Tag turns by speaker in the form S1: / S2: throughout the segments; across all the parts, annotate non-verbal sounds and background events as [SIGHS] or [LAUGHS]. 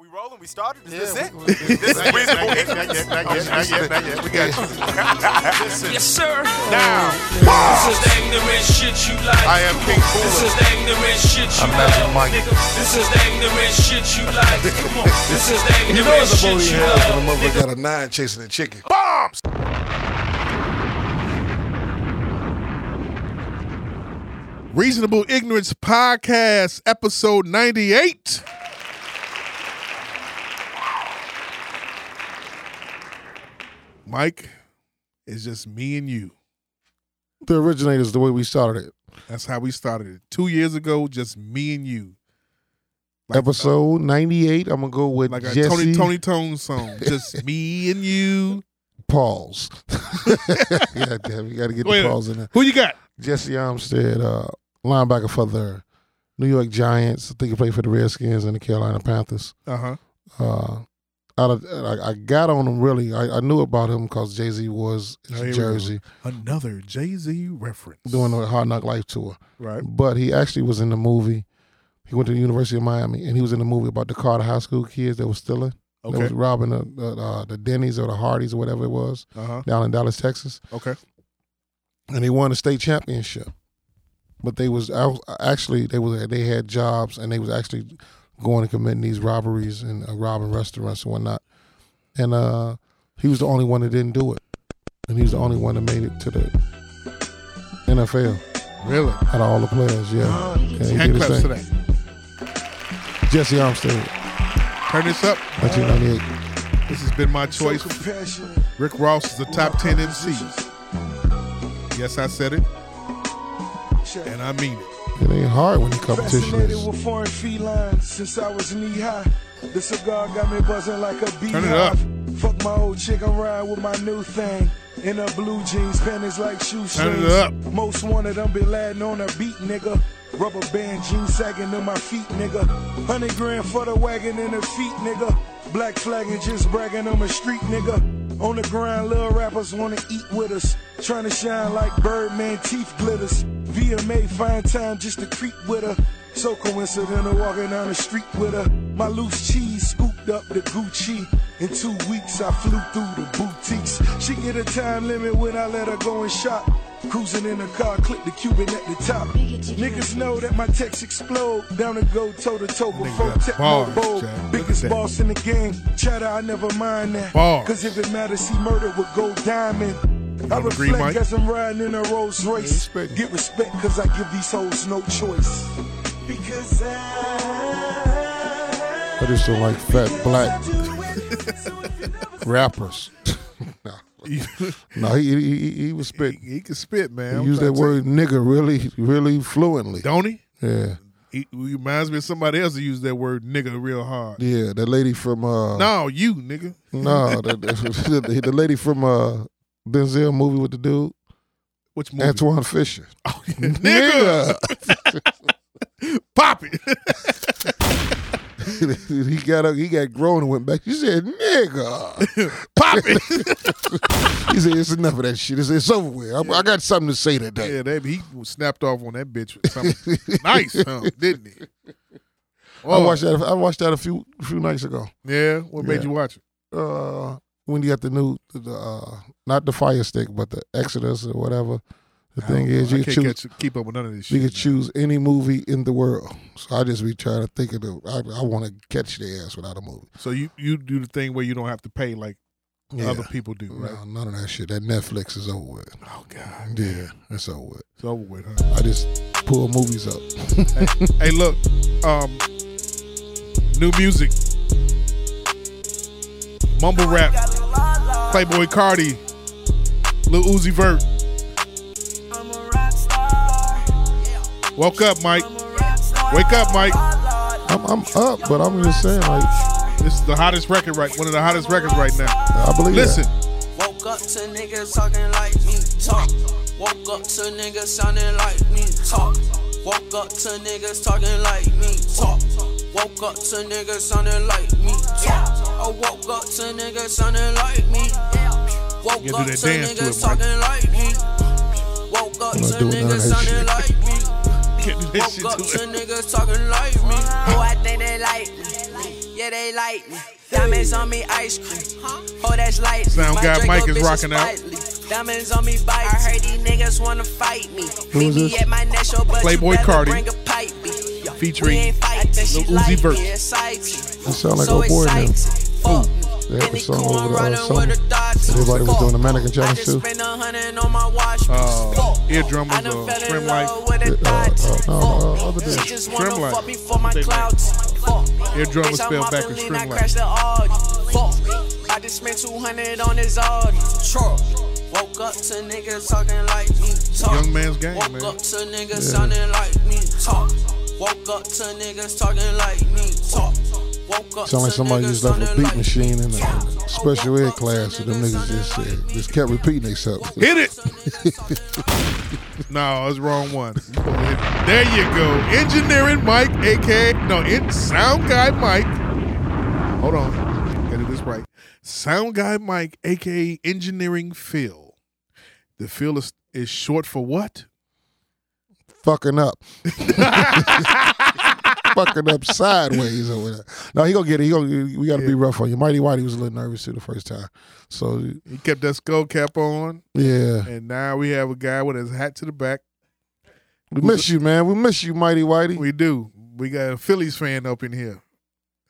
S1: we rolling. We started. Is this
S2: Yeah,
S1: it? this is reasonable.
S2: Not yet, not yet, not yet, not yet. We got you.
S1: [LAUGHS]
S3: Yes, sir.
S2: Now,
S3: This is the ignorant shit you like.
S2: I am King
S3: This is
S2: Cooler.
S3: the ignorant shit you
S2: I'm Magic
S3: like.
S2: Mike.
S3: nigga. This is the ignorant shit you like. Come on. This is the
S4: You know
S3: ignorant
S4: it's a booty
S3: shit you
S4: house
S3: love.
S4: when a motherfucker got a nine chasing a chicken.
S2: Bombs!
S5: Reasonable Ignorance Podcast, episode 98. Mike, it's just me and you.
S4: The originators, the way we started it.
S5: That's how we started it. Two years ago, just me and you.
S4: Episode 98, I'm going to go with
S5: Like a
S4: Jesse
S5: Tony Tony Tone song. just me and you.
S4: Pauls. [LAUGHS]
S5: [LAUGHS]
S4: yeah, damn, you got to get
S5: Wait a
S4: the
S5: minute.
S4: Pauls in there.
S5: Who you got?
S4: Jesse Armstead, uh, linebacker for the New York Giants. I think he played for the Redskins and the Carolina Panthers.
S5: Uh-huh.
S4: Uh, out of, I, I got on him really. I, I knew about him because Jay Z was
S5: Oh,
S4: in
S5: here we go.
S4: Jersey
S5: Another Jay-Z reference.
S4: doing the Hard Knock Life tour.
S5: right.
S4: but he actually was in the movie. He went to the University of Miami, and he was in the movie about the Carter High School kids that was stealing, that
S5: Okay.
S4: was robbing the the, uh, the Denny's or the Hardee's or whatever it was
S5: Uh-huh.
S4: down in Dallas, Texas,
S5: Okay.
S4: and they won the state championship. But they was I was- actually they was they had jobs, and they was actually going and committing these robberies and uh, robbing restaurants and whatnot. And uh, he was the only one that didn't do it, and he was the only one that made it to the NFL
S5: Really?
S4: out of all the players. Yeah, yeah he did
S5: Oh, Hand
S4: his
S5: claps
S4: thing.
S5: to that.
S4: Jesse Armstead,
S5: Turn this up.
S4: 1998.
S5: This has been my choice. Rick Ross is the top 10 MC. Yes, I said it. And I mean it.
S4: It ain't hard when the competition
S6: Fascinated
S4: is.
S6: with foreign felines since I was knee high. The cigar got me buzzing like a beehive.
S5: Turn it up.
S6: Fuck my old chick, I'm riding with my new thing. In a blue jeans, panties like shoestrings.
S5: Turn it up.
S6: Most wanted, I'm be laddin' on a beat, nigga. Rubber band jeans sagging to my feet, nigga. Hundred grand for the wagon and the feet, nigga. Black flagging, just bragging, I'm a street nigga. On the grind, little rappers wanna eat with us. Trying to shine like Birdman, teeth glitters. VMA, find time just to creep with her. So coincidental, walking down the street with her. My loose cheese scooped up the Gucci. In two weeks, I flew through the boutiques. She get a time limit when I let her go and shop. Cruising in the car, click the Cuban at the top. Niggas know that my texts explode. Down and go toe to toe before
S5: got bars,
S6: techno bold.
S5: Jack. Look at
S6: Biggest
S5: that.
S6: boss in the game. Chatter, I never mind that.
S5: Bars.
S6: Cause if it matters, he murdered with gold diamond. I
S5: on the green
S6: reflect
S5: mic?
S6: as I'm riding in a Rolls Royce.
S4: respect.
S6: Get respect cause I give these hoes no choice. Because I.
S4: I just don't like fat black
S5: [LAUGHS]
S4: rappers. [LAUGHS] no, no, he, he he- he was spit.
S5: He, he can spit, man.
S4: He
S5: I'm
S4: used
S5: trying
S4: that
S5: to tell
S4: word nigger really, really
S5: you.
S4: fluently.
S5: Don't he?
S4: Yeah,
S5: He he reminds me of somebody else who used that word nigga real hard.
S4: yeah. That lady from uh,
S5: No, you nigga.
S4: no, the, the, [LAUGHS] the, the lady from uh, Denzel movie with the dude
S5: Which movie? Oh,
S4: Antoine Fisher.
S5: [LAUGHS] nigga. Pop it. [LAUGHS]
S4: Nigga. [LAUGHS] he got up, he got grown and went back. He said nigga.
S5: [LAUGHS] Pop it.
S4: [LAUGHS] he said it's enough of that shit. It's, it's over with. I, I got something to say today.
S5: yeah, that, he snapped off on that bitch with something [LAUGHS] nice, huh, didn't he? Oh.
S4: I watched that. I watched that a few few nights ago.
S5: Yeah. What made
S4: Yeah.
S5: you watch it?
S4: Uh, when you got the new, the, uh, not the Fire Stick, but the Exodus or whatever. The thing is,
S5: I
S4: you
S5: can't
S4: can choose.
S5: catch- keep up with none of this shit.
S4: You can
S5: man.
S4: choose any movie in the world. So I just be trying to think of the. I, I want to catch their ass without a movie.
S5: So you you do the thing where you don't have to pay like other people do, right?
S4: No, none of that shit. That Netflix is over with.
S5: Oh God,
S4: Yeah, it's over with.
S5: it's over with, huh?
S4: I just pull movies up.
S5: hey, look, um, new music, mumble rap, Playboy Cardi, Lil Uzi Vert. Woke up, Mike. Wake up, Mike.
S4: I'm, I'm up, but I'm just saying, like,
S5: This is the hottest record right, one of the hottest records right now.
S4: I believe. that.
S5: Listen,
S7: Woke up to niggas talking like me talk. Woke up to niggas sounding like me talk. Woke up to niggas talking like me talk. Woke up to niggas sounding like me talk. I woke up to niggas sounding like me. Woke
S5: You
S7: up
S5: gotta do that
S7: to
S5: dance to
S7: niggas
S5: it, Mike.
S7: talking like me. Woke up
S4: I'm not
S7: to
S4: doing none of that
S7: niggas sounding
S4: shit.
S7: like me.
S5: get this shit
S7: Woke up
S5: to
S7: to
S5: it.
S7: niggas talking like me.
S8: Oh, I think they like me.
S7: yeah, they like me. Diamonds on me, ice cream. Oh, that's light.
S5: Sound guy Mike is rocking out.
S7: Diamonds on me, bite. I heard these niggas wanna fight me.
S4: Who is
S7: Meet me
S4: this?
S7: at my next show, but
S5: Playboy
S7: you better
S5: Cardi.
S7: bring a pipe. B. Yeah,
S5: Featuring
S7: we ain't fighting.
S5: Lil
S7: She
S5: Uzi
S7: like
S5: Vert.
S7: me, excited.
S4: It sound like
S7: so
S4: a boy now.
S7: excited. Fuck me.
S4: They had
S7: In
S4: the
S7: the
S4: song
S7: coupe,
S4: over the
S7: I'm
S4: uh,
S7: riding
S4: summer.
S7: with a Dodge.
S4: Everybody was
S7: Fuck.
S4: doing the mannequin
S7: I
S4: challenge
S7: just
S4: too.
S7: spent a hundred on my watch.
S5: Uh, eardrum was
S7: I done
S5: uh,
S7: fell in
S5: trim
S7: love
S5: life.
S7: with
S4: Uh,
S7: a
S4: uh,
S7: thought.
S4: no, no, uh, other
S7: She
S4: day.
S7: just
S5: Trim
S7: wanna
S5: life.
S7: fuck me for my clout. Fuck.
S5: Eardrum was
S7: Bitch, I'm
S5: spelled
S7: off the
S5: backwards,
S7: lean,
S5: trim
S7: I
S5: life.
S7: crashed the Audi. Fuck. I just spent 200 on his Audi. Truck. Woke up to niggas talking like me. Talk.
S5: Young man's game,
S7: Woke
S5: man.
S7: up to niggas sounding like me. Talk. Woke up to niggas talking like me. Talk. Woke up
S4: Sound like
S7: to
S4: somebody
S7: niggas
S4: just left a
S7: sounding
S4: beat
S7: like me.
S4: machine in a special ed class, and them niggas just uh, just kept repeating themselves.
S5: Hit it. no, it's the wrong one. There you go. Engineering Mike, aka no, it Sound Guy Mike. Hold on, gotta do this right. Sound Guy Mike, aka Engineering Phil. The Phil is is short for what?
S4: fucking up, [LAUGHS] fucking up sideways over there. No, he gonna get it. He gonna, we gotta be rough on you. Mighty Whitey was a little nervous too the first time, so
S5: He kept that skull cap on,
S4: yeah,
S5: and now we have a guy with his hat to the back.
S4: we miss you, man. We miss you, Mighty Whitey.
S5: We do. We got a Phillies fan up in here.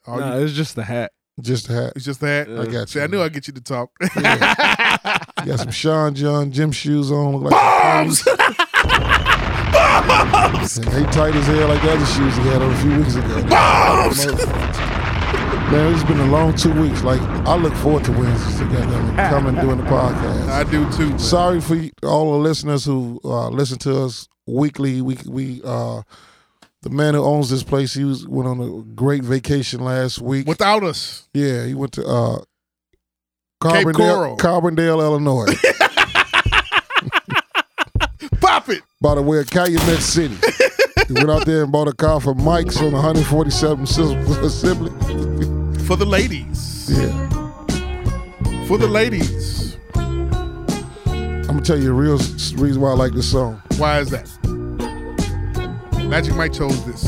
S5: All
S8: Nah,
S5: you,
S8: it's just the hat.
S4: Just had
S5: it's just that.
S4: I got
S5: See,
S4: you.
S5: I knew I'd get you to talk. [LAUGHS]
S4: You got [LAUGHS] some Sean John gym shoes on, look like bombs. bombs. And they tight as hell like the other shoes he had on a few weeks ago. Bombs. Man, it's been a long two weeks. Like I look forward to Wednesdays together and coming doing [LAUGHS] the
S5: I
S4: podcast.
S5: do too. man.
S4: Sorry for you- all the listeners who uh, listen to us weekly. We we uh, the man who owns this place. He was went on a great vacation last week.
S5: Without us,
S4: Yeah, he went to uh,
S5: Cape
S4: Carbondale,
S5: Coral.
S4: Carbondale,
S5: [LAUGHS]
S4: Illinois.
S5: pop it.
S4: by the way of Calumet City. he went out there and bought a car for Mike's on 147 Assembly.
S5: For the ladies.
S4: yeah.
S5: For the ladies.
S4: I'm going to tell you the real s- reason why I like this song.
S5: Why is that? Magic Mike chose this.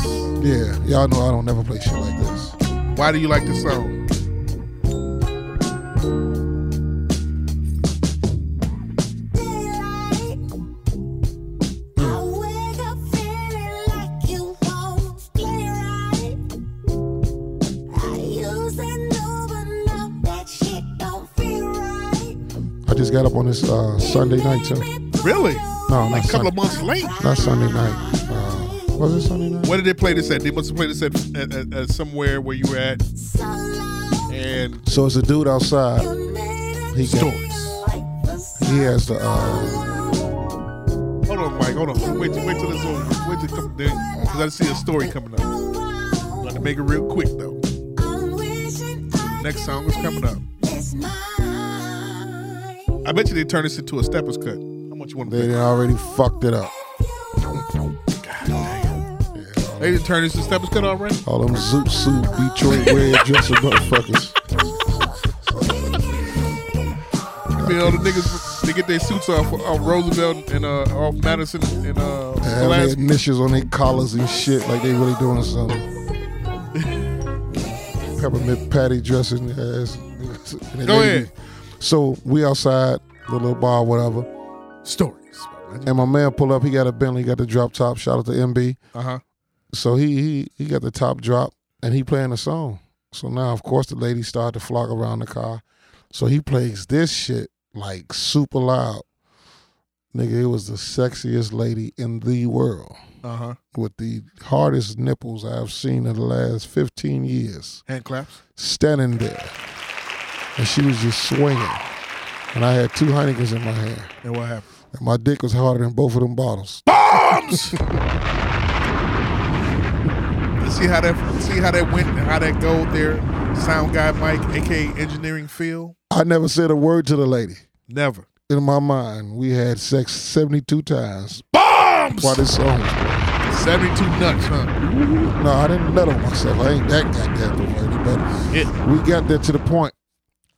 S4: Yeah, y'all know I don't never play shit like this.
S5: Why do you like this song?
S4: I just got up on this uh, Sunday night, too. Oh,
S5: Really?
S4: No, not,
S5: Like a couple
S4: Sunday,
S5: of months late.
S4: not Sunday night. Uh, was it Sunday night?
S5: Where did they play this at? They must have played this at, at, at, at somewhere where you were at. And
S4: So it's a dude outside. He, got, he has the, uh,
S5: hold on, Mike, hold on. Wait, till- wait till it's over. Wait till come because I see a story coming up. I'm gonna make it real quick though. Next song is coming up. I bet you they turn this into a steppers cut. How much you want to
S4: they
S5: bet?
S4: done already fucked it up.
S5: They didn't turn this to steppers cut already.
S4: All them zoot suit Detroit red dresser motherfuckers.
S5: I mean, all the niggas they get their suits off off Roosevelt and uh, off Madison and uh,
S4: Have their
S5: Alaska.
S4: initials on their collars and shit, like they really doing something. Peppermint patty dressing ass.
S5: Go ahead.
S4: So we outside the little bar, whatever,
S5: Stories.
S4: and my man pull up. He got a Bentley, got the drop top. Shout out to MB.
S5: Uh huh.
S4: So he he he got the top drop, and he playing a song. So now, of course, the ladies start to flock around the car. So he plays this shit like super loud. Nigga, it was the sexiest lady in the world.
S5: Uh huh.
S4: with the hardest nipples I've seen in the last 15 years,
S5: Hand claps.
S4: standing there. And she was just swinging. And I had two Heinekens in my hand.
S5: And what happened?
S4: And my dick was harder than both of them bottles.
S5: Let's [LAUGHS] see how that see how that went and how that go there. Sound guy Mike, aka Engineering Phil.
S4: I never said a word to the lady.
S5: Never.
S4: In my mind, we had sex 72 times. Bombs! While this song was playing.
S5: Seventy two nuts, huh?
S4: No, I didn't nut on myself. I ain't that goddamn perverted. But
S5: Yeah.
S4: we got there to the point.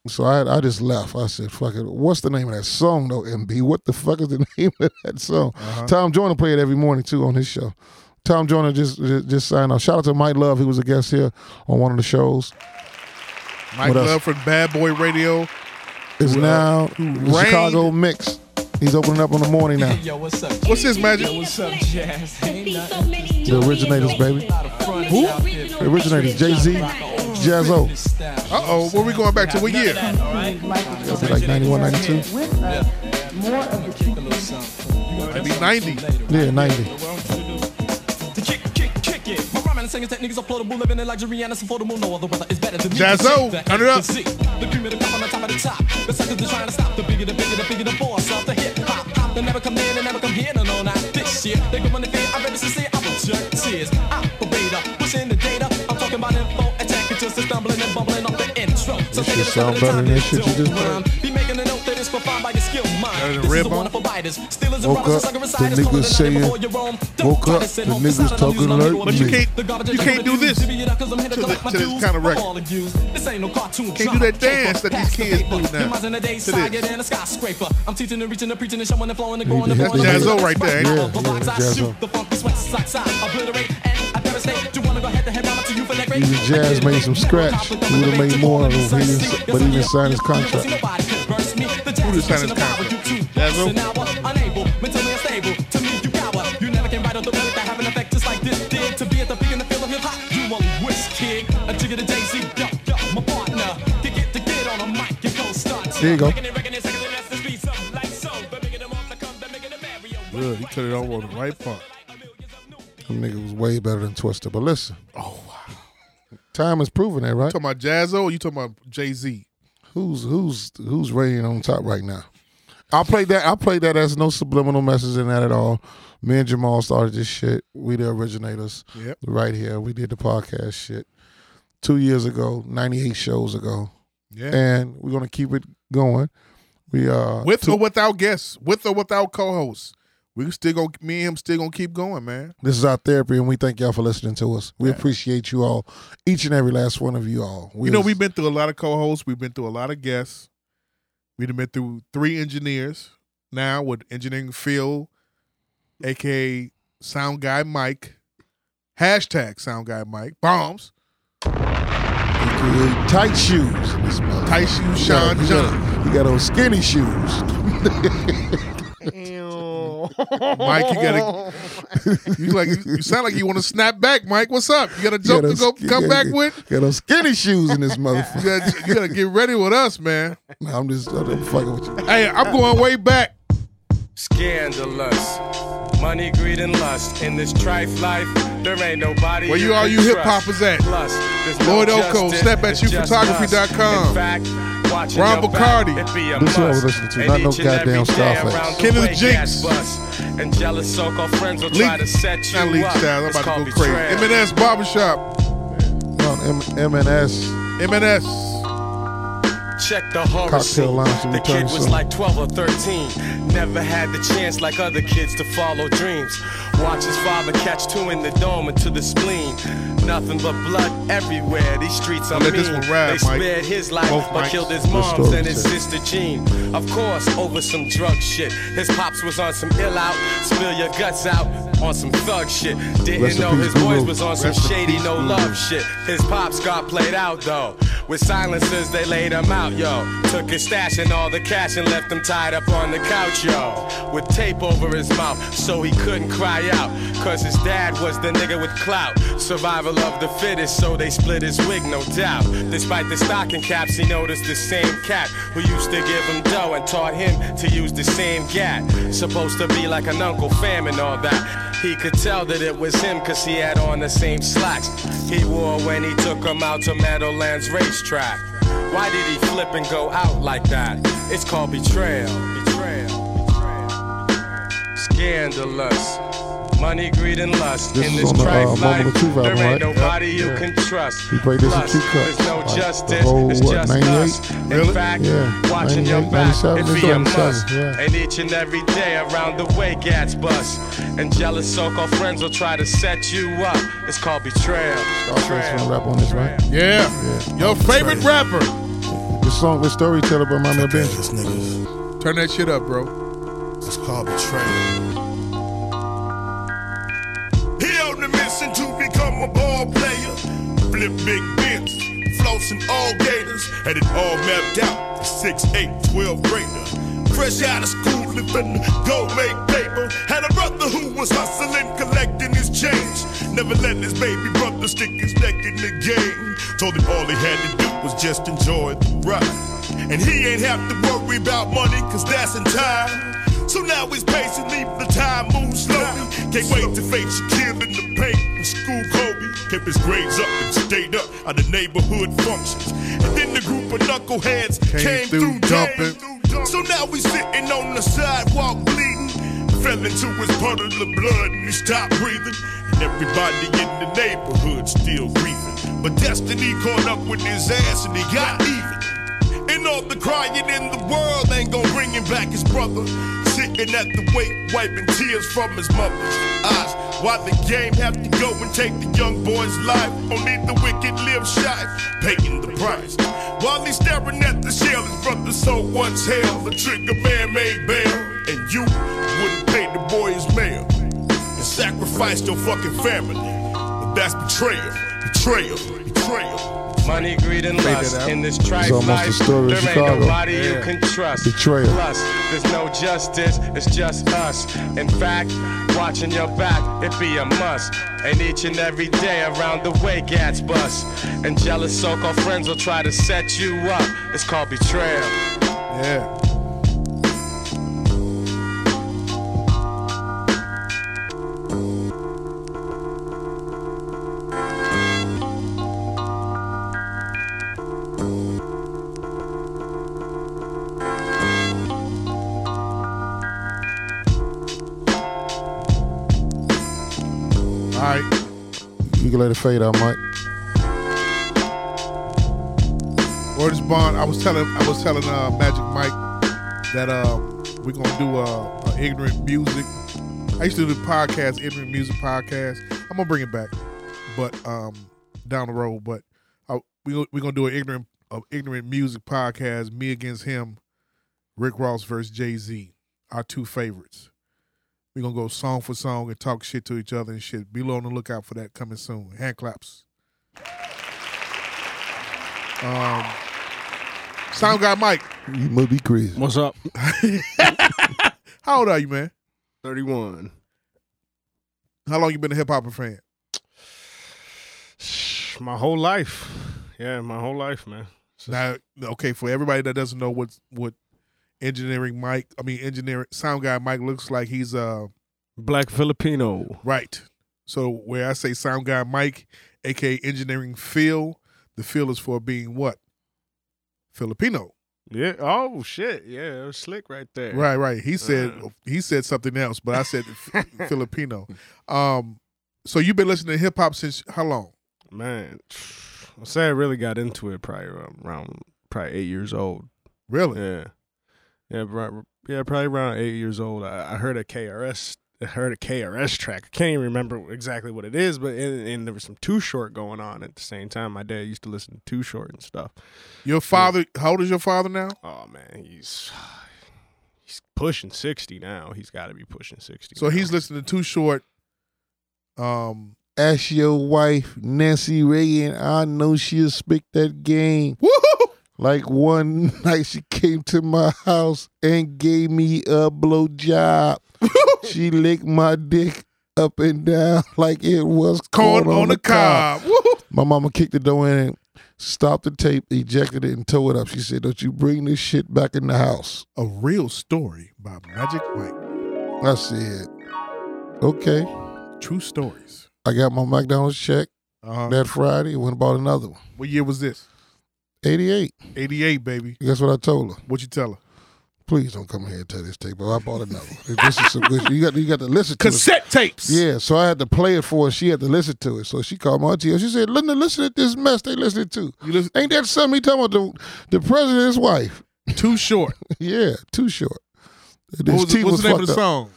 S4: So I, I just left. I said, fuck it. What's the name of that song, though, MB? What the fuck is the [LAUGHS] name of that song? Tom Joyner played it every morning, too, on his show. Tom Joyner just, just just signed off. Shout out to Mike Love. He was a guest here on one of the shows.
S5: Mike
S4: What else?
S5: Love from Bad Boy Radio.
S4: Is
S5: Who, uh,
S4: now
S5: who
S4: the
S5: reigned-
S4: Chicago mix. He's opening up on the morning now.
S9: Yo, what's up?
S5: What's his magic?
S9: What's up, Jazz? Ain't nothing.
S10: The originators, baby.
S9: Who?
S10: The originators, Jay Z,
S4: Jazzo.
S5: Uh oh, where we going back to? What year?
S4: That'll be like 91, 92.
S5: Maybe 90.
S4: Yeah, 90.
S9: To kick, kick, kick it. My rhyming and singing techniques uploadable, living in luxury and it's affordable. No other weather is better than me.
S5: Jazzo,
S9: The
S5: turn it up.
S9: A to Z. The cream of the crop on the top of the top. The suckers are trying to stop. The bigger, the bigger, the bigger the force of the hip hop. Hop, They never come near, they never come here. No, no, not this year. They go in the fear. I'm ready to see. I'm a jerk. Tears. Operator. Pushing the data. I'm talking about info. Attacking just as stumbling and bumbling off the intro. So
S4: This
S9: take
S4: shit
S9: it a step
S4: sound
S9: at a
S4: better
S9: time and
S4: than that shit you
S9: don't
S4: just played.
S9: rhyme. Be making a note that is profound by your skill
S5: That is a
S9: mind. This is
S5: rib
S9: the
S5: bone?
S9: wonderful biters. Still is a
S4: Woke
S9: rubber,
S4: up,
S9: so sucker
S4: the
S9: recite it's colder
S4: niggas
S9: than
S4: saying,
S9: ever before your own. Don't
S4: woke
S9: try
S4: up,
S9: to sit
S4: the
S9: home, 'cause
S4: niggas
S9: I don't
S4: talking
S9: use my
S4: like
S9: nigga
S4: me.
S9: with
S5: You can't-
S9: the garbage
S5: you
S9: is
S5: can't
S9: coming
S5: do
S9: to
S5: this
S9: divvy it up 'cause I'm here to
S5: to
S9: collect
S5: the-
S9: my
S5: to this
S9: dues.
S5: kind of
S9: I'm
S5: record.
S9: all abused. This ain't no cartoon
S5: Can't do
S9: drama.
S5: that dance
S9: Paper,
S5: that these
S9: pass the
S5: kids
S9: paper.
S5: do now.
S9: Your mind's in a day
S5: To
S9: saga
S5: this.
S9: than a skyscraper. I'm teaching and reaching and preaching and showing and flowing and growing and
S4: That's
S9: growing.
S5: Jazzo right there, ain't it?
S9: Yeah, yeah,
S4: Jazzo.
S9: Jazzo. The funky sweat socks I obliterate and I devastate. Do you wanna go head to head rhyme to you for that great?
S4: Even Jazz made some scratch. He would've made more of them, he didn't- but he didn't sign his contract.
S9: Who
S5: didn't sign his contract? Jazzo?
S9: Unable, mentally unstable. To me, you cower. You never can write out the lyric that have an effect just like this did. To be at the peak in the field of hip hop, you only wish, kid. A jigger to Jay Z, yo, yo, my partner. Kick it to get on a mic, you go start.
S4: There you go.
S9: Making it, reckoning, second, and that's the speed, something like so. But making them off the come, then making them marry a
S5: Good. He turned it over on the right part.
S4: That nigga was way better than Twister. But listen. Oh, wow. Time is proving that, right?
S5: Talking about Jazzo or you talking about Jay Z?
S4: Who's who's who's reigning on top right now? I played that. I played that as no subliminal message in that at all. Me and Jamal started this shit. We the originators.
S5: Yep.
S4: Right here, we did the podcast shit two years ago, ninety eight shows ago,
S5: Yeah.
S4: and we're gonna keep it going. We uh
S5: With or without guests, with or without co hosts. We still going me and him still gonna keep going, man.
S4: This is our therapy, and we thank y'all for listening to us. We appreciate you all, each and every last one of you all. We
S5: You know,
S4: was-
S5: we've been through a lot of co-hosts. We've been through a lot of guests. We've been through three engineers now with engineering Phil, aka Sound Guy Mike, hashtag Sound Guy Mike, bombs,
S4: create tight shoes. in this motherfucker.
S5: Tight Shoes Sean
S4: He got-
S5: John.
S4: He got on skinny shoes.
S5: Mike, you gotta, [LAUGHS] you like,
S4: [LAUGHS]
S5: you sound like you want to snap back, Mike. What's up? You got a
S4: Got
S5: joke to
S4: those
S5: go
S4: skin-
S5: come back
S4: got-
S5: with?
S4: Got those skinny shoes
S5: [LAUGHS]
S4: in this
S5: You
S4: motherfucker.
S5: gotta, you gotta get ready with us, man.
S4: Nah, I'm just I'm just fucking with you.
S5: Hey, I'm going way back.
S11: Scandalous. Money, greed, and lust. In this trife life, there ain't nobody.
S5: Where you all
S11: can
S5: you hip
S11: trust.
S5: hoppers at?
S11: Lust. There's no
S5: Lloyd Oko,
S11: justice,
S5: snap at
S11: it's
S5: you
S11: just
S5: photography.com.
S11: us. In fact, watching
S5: Rob
S11: your back,
S5: Bacardi.
S11: it be a
S4: This is what I was
S11: must.
S4: listening to,
S11: And
S4: not no
S11: each and every
S4: goddamn
S11: day
S4: Scarface.
S11: around the
S5: Kenneth
S11: way,
S5: Jinx.
S11: gas bus. And jealous so-called friends will
S5: Leak,
S11: try to set you
S5: not leak
S11: up.
S5: style. I'm
S11: It's
S5: about to
S11: called
S5: go crazy.
S11: betrayal.
S5: M&S Barbershop,
S4: On M and S.
S5: M&S.
S11: Check the horror
S4: Cocktail
S11: scene.
S4: lounge will
S11: The
S4: return
S11: kid was
S4: soon.
S11: like 12 or 13. Never had the chance like other kids to follow dreams. Watch his father catch two in the dome and to the spleen. Nothing but blood everywhere. These streets are
S5: Let
S11: mean.
S5: this one ride,
S11: They
S5: Mike.
S11: spared his life
S5: Both
S11: but
S5: mics.
S11: killed his
S4: Good
S11: moms
S4: story,
S11: and his
S4: sir.
S11: sister Jean. Of course, over some drug shit. His pops was on some ill out. Spill your guts out on some thug shit. Didn't
S4: Rest in
S11: know
S4: peace,
S11: his boys
S4: Guru.
S11: was on some
S5: Rest in
S11: shady
S5: peace,
S11: no
S5: Guru.
S11: love shit. His pops got played out though. With silencers, they laid him out, yo. Took his stash and all the cash and left him tied up on the couch, yo. With tape over his mouth so he couldn't cry out. Cause his dad was the nigga with clout. Survival of the fittest, so they split his wig, no doubt. Despite the stocking caps, he noticed the same cat who used to give him dough and taught him to use the same gat. Supposed to be like an Uncle Fam and all that. He could tell that it was him cause he had on the same slacks he wore when he took him out to Meadowlands racetrack. Why did he flip and go out like that? It's called betrayal. Betrayal. Betrayal. Scandalous. Money, greed, and lust.
S4: This
S11: In
S4: is
S11: this
S4: on the, uh,
S11: trife
S4: Moment
S11: life,
S4: of Truth
S11: there
S4: album,
S11: ain't
S4: right?
S11: nobody
S4: Yep.
S11: you
S4: Yeah.
S11: can trust.
S4: He played this in
S11: Lust.
S4: two cuts,
S11: There's no
S4: like the
S11: justice.
S4: whole,
S11: it's
S4: what,
S11: just
S4: 98?
S11: us. In fact,
S4: Yeah,
S11: watching your
S4: 98,
S11: back,
S4: 97,
S11: it be a
S4: 97,
S11: must.
S4: yeah.
S11: And each and every day around the way, gats bust. And jealous so-called friends will try to set you up. It's called betrayal.
S4: Scarface gonna rap on this, right?
S5: Yeah.
S4: Yeah.
S5: Your favorite rapper.
S4: This song was storyteller by Mama Benji.
S6: This niggas.
S5: Turn that shit up, bro.
S6: It's called betrayal.
S1: He on the mission to become a ball player. Flip big bins, flossing all gators.
S12: had it all mapped out. 6'8, 12 grader. Fresh out of school, living go make paper. Had a brother who was hustling, collecting his change. Never let his baby brother stick his neck in the game. Told him all he had to do was just enjoy the ride. And he ain't have to worry about money, cause that's in time. So now he's patient, leave the time move slowly. Can't wait to face Shaquille in the paint and school Kobe. Kept his grades up and stayed up on the neighborhood functions. And then the group of knuckleheads came, through,
S5: dumping.
S12: dumping. So now he's sitting on the sidewalk bleeding. Fell into his puddle of blood and he stopped breathing. And everybody in the neighborhood still grieving. But destiny caught up with his ass and he got even. And all the crying in the world ain't gonna bring him back his brother. Sitting at the wake, wiping tears from his mother's eyes. Why the game have to go and take the young boy's life? Only the wicked live shy, paying the price. While he's staring at the shell, his brother so once held. The trigger man made bail, and you wouldn't pay the boy his mail. And sacrificed your fucking family. But that's betrayal, betrayal, betrayal.
S13: Money, greed, and lust in this trife
S4: almost
S13: life.
S4: the story of
S13: there
S4: Chicago.
S13: ain't nobody you
S4: Yeah.
S13: can trust.
S4: Betrayal.
S13: Plus, there's no justice. It's just us. In fact, watching your back, it be a must. And each and every day around the way, gats bust. And jealous so-called friends will try to set you up. It's called betrayal.
S5: Yeah. All right.
S4: You can let it fade out, Mike.
S5: Or this bond. I was telling I was telling uh, Magic Mike that um, we're gonna do uh, uh, ignorant music. I used to do the podcast, ignorant music podcast. I'm gonna bring it back, but um, down the road. But uh, we gon- we gonna do an ignorant uh, ignorant music podcast. Me against him, Rick Ross versus Jay Z, our two favorites. We're gonna go song for song and talk shit to each other and shit. Be on the lookout for that coming soon. Hand claps. Um, sound guy Mike,
S4: You must be crazy.
S11: What's up?
S5: [LAUGHS] how old are you, man?
S11: 31.
S5: How long you been a hip hop fan?
S11: My whole life. Yeah, my whole life, man.
S5: Now, okay, for everybody that doesn't know what what engineering Mike, I mean engineering sound guy Mike looks like, he's uh
S11: Black Filipino.
S5: right. So where I say sound guy Mike, aka engineering Phil, the Phil is for being what Filipino.
S11: Yeah. Oh shit. Yeah, it was slick right there.
S5: Right, right. He said
S11: Uh.
S5: he said something else, but I said [LAUGHS] Filipino. Um, so you've been listening to hip hop since how long?
S11: Man, [SIGHS] I say I really got into it probably around probably eight years old.
S5: Really?
S11: Yeah, yeah, bro- yeah, probably around eight years old. I, I heard a KRS, I heard a KRS track. I can't even remember exactly what it is, but and, and there was some Too Short going on at the same time. My dad used to listen to Too Short and stuff.
S5: Your father? How old is your father now?
S11: Oh man, he's he's pushing sixty now. He's got to be pushing sixty.
S5: So
S11: now.
S5: he's listening to Too Short. Um,
S4: Ask your wife, Nancy Ray, and I know she'll speak that game.
S5: woohoo!
S4: Like one [LAUGHS] night she came to my house and gave me a
S5: [LAUGHS]
S4: blowjob. she licked my dick up and down [LAUGHS] like it was
S5: Corn on, the cob. Woohoo!
S4: My mama kicked the door in, and stopped the tape, ejected it, and tore it up. She said, "Don't you bring this shit back in the house."
S5: A real story by Magic Mike.
S4: I said, "Okay."
S5: True stories.
S4: I got my McDonald's check
S5: Uh-huh.
S4: that Friday. and Went and bought another one.
S5: what year was this?
S4: Eighty-eight.
S5: Eighty-eight, baby.
S4: Guess what I told her?
S5: What you tell her?
S4: Please don't come here and tell this tape. But I bought another. one. this is some good. shit. You got you got
S5: [LAUGHS]
S4: to listen to it.
S5: Cassette tapes.
S4: Yeah, so I had to play it for her. She had to listen to it. So she called my auntie. and She said, Linda, listen to this mess they listening to.
S5: You listen
S4: Ain't that something he talking about the, the president's wife? [LAUGHS]
S5: Too Short.
S4: yeah, too short. His
S5: What was,
S4: teeth
S5: what's the name of the
S4: fucked up.
S5: song?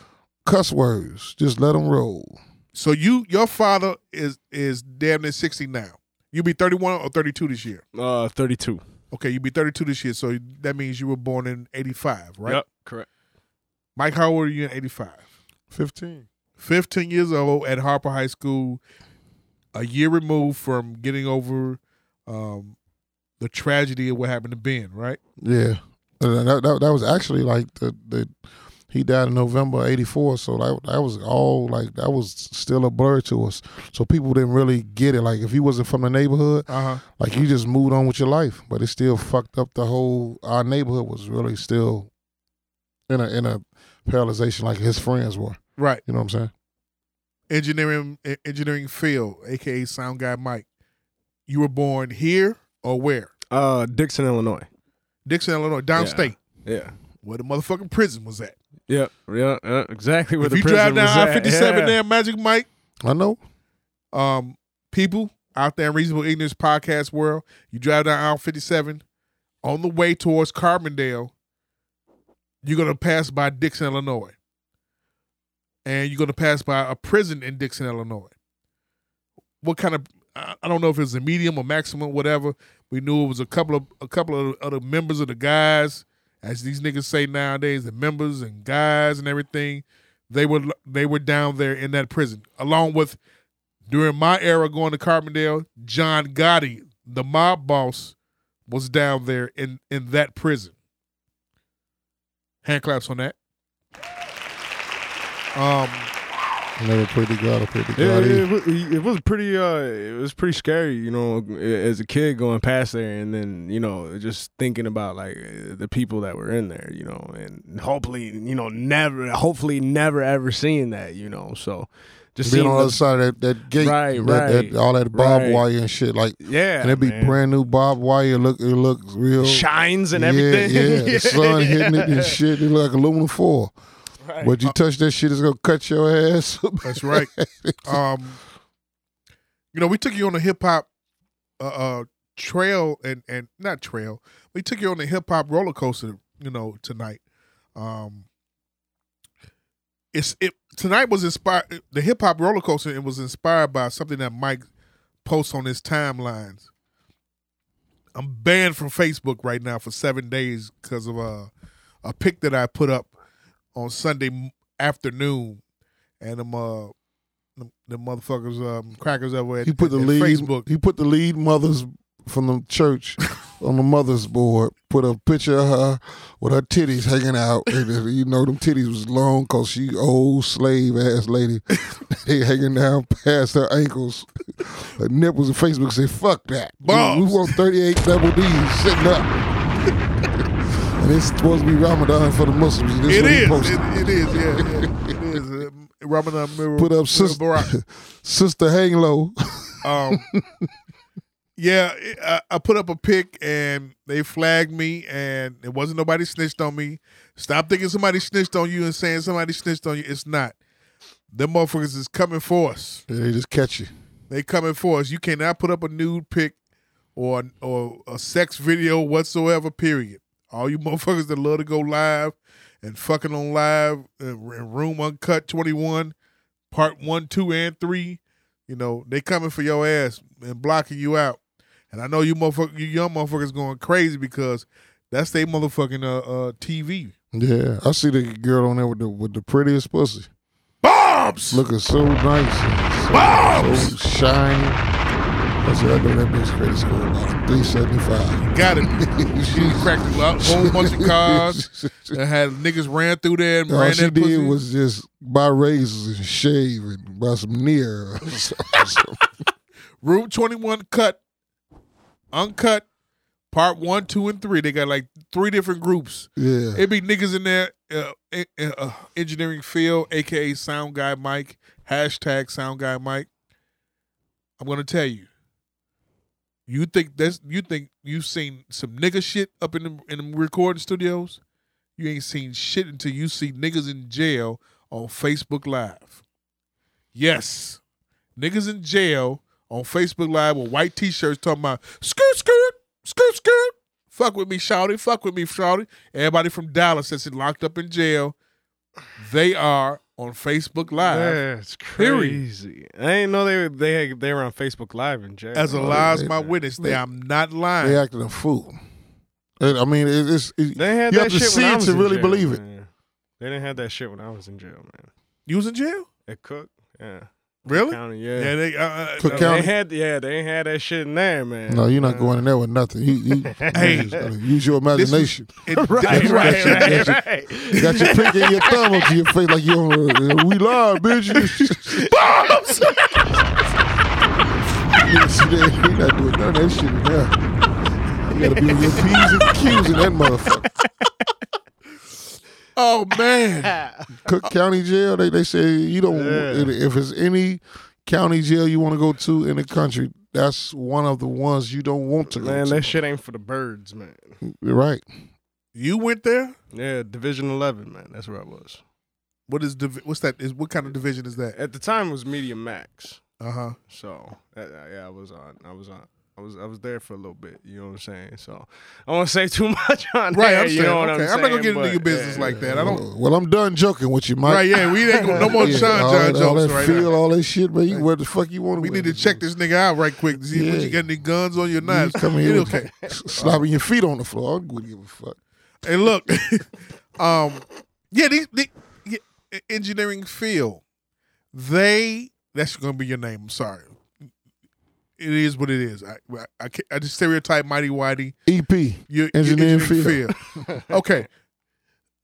S4: Cuss words. Just let them roll.
S5: So you, your father is is damn near sixty now. You be thirty-one or thirty-two this year.
S11: uh thirty-two.
S5: Okay, you be thirty-two this year. So that means you were born in eighty-five, right?
S11: Yep, correct.
S5: Mike, how old are you in eighty-five?
S4: 15.
S5: 15 years old at Harper High School, a year removed from getting over um, the tragedy of what happened to Ben, right?
S4: Yeah, Uh, that, that that was actually like the the he died in November '84, so that that was all like that was still a blur to us. So people didn't really get it. Like if you wasn't from the neighborhood,
S5: Uh-huh.
S4: like you just moved on with your life, but it still fucked up the whole. Our neighborhood was really still in a in a paralyzation like his friends were.
S5: Right.
S4: You know what I'm saying?
S5: Engineering e- engineering field, aka sound guy Mike. You were born here or where?
S11: Uh, Dixon, Illinois.
S5: Dixon, Illinois, downstate.
S11: Yeah.
S5: Where the motherfucking prison was at.
S11: Yep. Yeah. yeah exactly where
S5: if
S11: the
S5: you
S11: prison
S5: drive down
S11: was
S5: I
S11: at.
S5: fifty seven
S11: yeah.
S5: there, Magic Mike,
S4: I know.
S5: um, people out there in Reasonable Ignorance podcast world, you drive down aisle 57 on the way towards Carbondale, you're going to pass by Dixon, Illinois. And you're going to pass by a prison in Dixon, Illinois. What kind of I I don't know if it was a medium or maximum, whatever. We knew it was a couple of a couple of other members of the guys, as these niggas say nowadays, the members and guys and everything. They were they were down there in that prison, along with during my era going to Carbondale, John Gotti, the mob boss, was down there in, in that prison. Hand claps on that. Um,
S4: Never pretty God or pretty
S11: Yeah,
S4: God.
S11: it, it, wa- it was pretty. Uh, it was pretty scary, you know, as a kid going past there, and then you know, just thinking about like uh, the people that were in there, you know, and hopefully, you know, never, hopefully, never ever seeing that, you know. So, just
S4: being
S11: seeing
S4: on the
S11: the-
S4: other side of that, that gate,
S11: Right,
S4: that- that-
S11: right,
S4: all that barbed
S11: right.
S4: wire and shit, like
S11: Yeah,
S4: and it'd be
S11: man.
S4: brand new barbed wire. It look, it looks real
S11: Shines and
S4: Yeah,
S11: everything.
S4: Yeah,
S11: [LAUGHS]
S4: the sun hitting it
S11: Yeah.
S4: and shit. It look like aluminum foil.
S11: Right. Uh,
S4: But you touch that shit, it's gonna cut your ass. [LAUGHS]
S5: That's right. [LAUGHS] um, you know, we took you on a hip hop uh, uh, trail and and not trail. We took you on a hip hop roller coaster. You know, tonight. Um, it's it tonight was inspired. The hip hop roller coaster. It was inspired by something that Mike posts on his timelines. I'm banned from Facebook right now for seven days because of a a pic that I put up on Sunday m- afternoon, and them uh them, them motherfuckers um crackers over at,
S4: He put
S5: at-
S4: the
S5: at
S4: lead.
S5: Facebook.
S4: He put the lead mothers from the church
S5: [LAUGHS]
S4: on the mother's board. Put a picture of her with her titties hanging out, and uh, you know them titties was long cause she old slave ass
S5: [LAUGHS]
S4: lady. they hanging down past her ankles, her nipples. And Facebook say, "Fuck that! We- We,
S5: Bombs.
S4: want thirty eight double D's
S5: [LAUGHS]
S4: sitting up." and it's supposed to be Ramadan for the Muslims. and this
S5: It
S4: what he
S5: is.
S4: posted.
S5: It, it is. Yeah. yeah it is. Uh, [LAUGHS] Ramadan Mirror.
S4: Put
S5: Mirror
S4: up sister,
S5: Barack.
S4: [LAUGHS] sister hang
S5: [LAUGHS]
S4: low.
S5: Um, yeah, it- I, I put up a pic and they flagged me, and it wasn't nobody snitched on me. Stop thinking somebody snitched on you and saying somebody snitched on you. It's not. Them motherfuckers is coming for us.
S4: they just catch you.
S5: They coming for us. You cannot put up a nude pic or or a sex video whatsoever. Period. All you [LAUGHS] motherfuckers that love to go live and fucking on live and and room uncut twenty one, part one, two, and three. You know they coming for your ass and blocking you out. And I know you motherfucker, you young motherfuckers going crazy because that's they motherfucking uh, uh TV.
S4: Yeah, I see the girl on there with the with the prettiest pussy.
S5: Bombs
S4: looking so nice, so, so shiny. I said I know that bitch credit score about three seventy
S11: [LAUGHS]
S4: five.
S5: Got it. she cracked a lot, whole bunch of
S4: [LAUGHS]
S5: cars. and had niggas ran through there and
S4: All
S5: ran
S4: she
S5: that
S4: did
S5: pussy.
S4: was just buy razors and shave and buy some [LAUGHS]
S11: [LAUGHS]
S4: near. or something.
S5: Room 21 cut, uncut, part one, two, and three. They got like three different groups.
S4: Yeah.
S5: It be niggas in there, uh, e- e- uh, engineering field, aka sound guy Mike, hashtag sound guy Mike. I'm gonna tell you. You think that's you think you've seen some nigga shit up in the in the recording studios? You ain't seen shit until you see niggas in jail on Facebook Live. Yes. Niggas in jail on Facebook Live with white t-shirts talking about skirt, skirt, skirt, skirt. Fuck with me, shouty. Fuck with me, shouty. Everybody from Dallas that's locked up in jail, they are on Facebook Live.
S11: That's
S5: Period.
S11: crazy. I didn't know they were, they they were on Facebook Live in jail.
S4: Oh,
S5: As a lies my witness, they, I'm not lying.
S4: they acting a fool. And, I mean, it, it's it,
S11: They had
S4: you have
S11: that
S4: to
S11: shit
S4: see
S11: when I
S4: it
S11: was
S4: to
S11: in
S4: really
S11: jail,
S4: believe it.
S11: man. They didn't have that shit when I was in jail, man.
S5: You was in jail?
S11: At Cook, yeah.
S5: Really?
S11: County, yeah.
S5: Yeah, they, uh, uh,
S4: Cook
S11: they
S4: County?
S11: had yeah, they ain't had that shit in there, man. Uh,
S4: No, you're not going in there with nothing. You, you,
S11: [LAUGHS] Hey.
S4: use, use your imagination.
S11: Right, right,
S4: got, your,
S11: right,
S4: you got your pinky and your thumb up to your face like you on, we live, bitch.
S5: Bombs!
S4: Yes, you did. You're not doing none of that shit now. You gotta be on your P's and Q's in that motherfucker.
S5: Oh man.
S4: Cook County Jail, they, they say you don't, if it's any county jail you want to go to in the country, that's one of the ones you don't want to go
S11: Man,
S4: to.
S11: that shit ain't for the birds, man.
S4: You're right.
S5: You went there?
S11: Yeah, Division Eleven, man. That's where I was.
S5: What is div- what's that? Is what kind of division is that?
S11: At the time, it was Medium Max.
S5: Uh huh.
S11: So uh, yeah, I was on. I was on. I was I was there for a little bit. You know what I'm saying? So I won't say [LAUGHS] too much on
S5: Right,
S11: that,
S5: I'm
S11: you
S5: saying,
S11: know what
S5: okay.
S11: I'm,
S5: I'm not gonna
S11: saying,
S5: get into
S11: but,
S5: your business
S11: yeah.
S5: like that. I don't.
S4: Well, I'm done joking with you, Mike.
S5: Right, yeah, we ain't gonna, no
S4: [LAUGHS]
S5: more Sean
S4: all
S5: John
S4: that, all
S5: jokes
S4: that
S5: right
S4: feel,
S5: now.
S4: all that shit, man. You, where the fuck you want
S5: We
S4: to
S5: need to check this nigga out right quick to see if
S4: Yeah.
S5: you got any guns on your knives. [LAUGHS]
S4: come here
S5: It
S4: with
S5: okay.
S4: slopping your feet on the floor. I wouldn't give a fuck.
S5: Hey, look, [LAUGHS] um, yeah, these, the yeah, e- engineering field, they that's gonna be your name. I'm sorry, it is what it is. I I, I, can't, I just stereotype Mighty Whitey.
S4: EP,
S5: Your
S4: Engineering
S5: field. okay,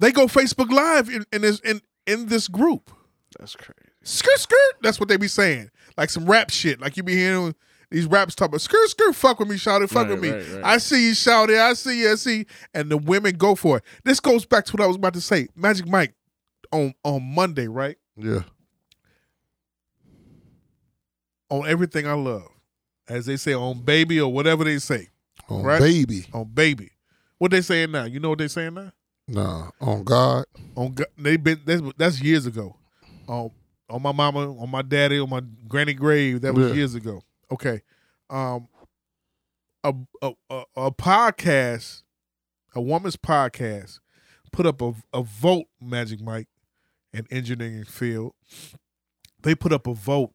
S5: they go Facebook Live in, in this in in this group.
S11: That's crazy.
S5: Skirt skirt. That's what they be saying, like some rap shit. Like you be hearing. These raps talk about skirt skirt, fuck with me, shout it, fuck
S11: Right,
S5: with me.
S11: right, right.
S5: I see you shout it, I see you, I see. you. And the women go for it. This goes back to what I was about to say. Magic Mike on on Monday, right?
S4: Yeah.
S5: On everything I love. As they say, on baby or whatever they say.
S4: On
S5: Right.
S4: baby.
S5: On baby. What they saying now? You know what they saying now?
S4: Nah. On God.
S5: on Go- they been that's, that's years ago. On on my mama, on my daddy, on my granny grave. That was
S4: Yeah.
S5: years ago. Okay, um, a, a a a podcast, a woman's podcast, put up a a vote. Magic Mike, and engineering field, they put up a vote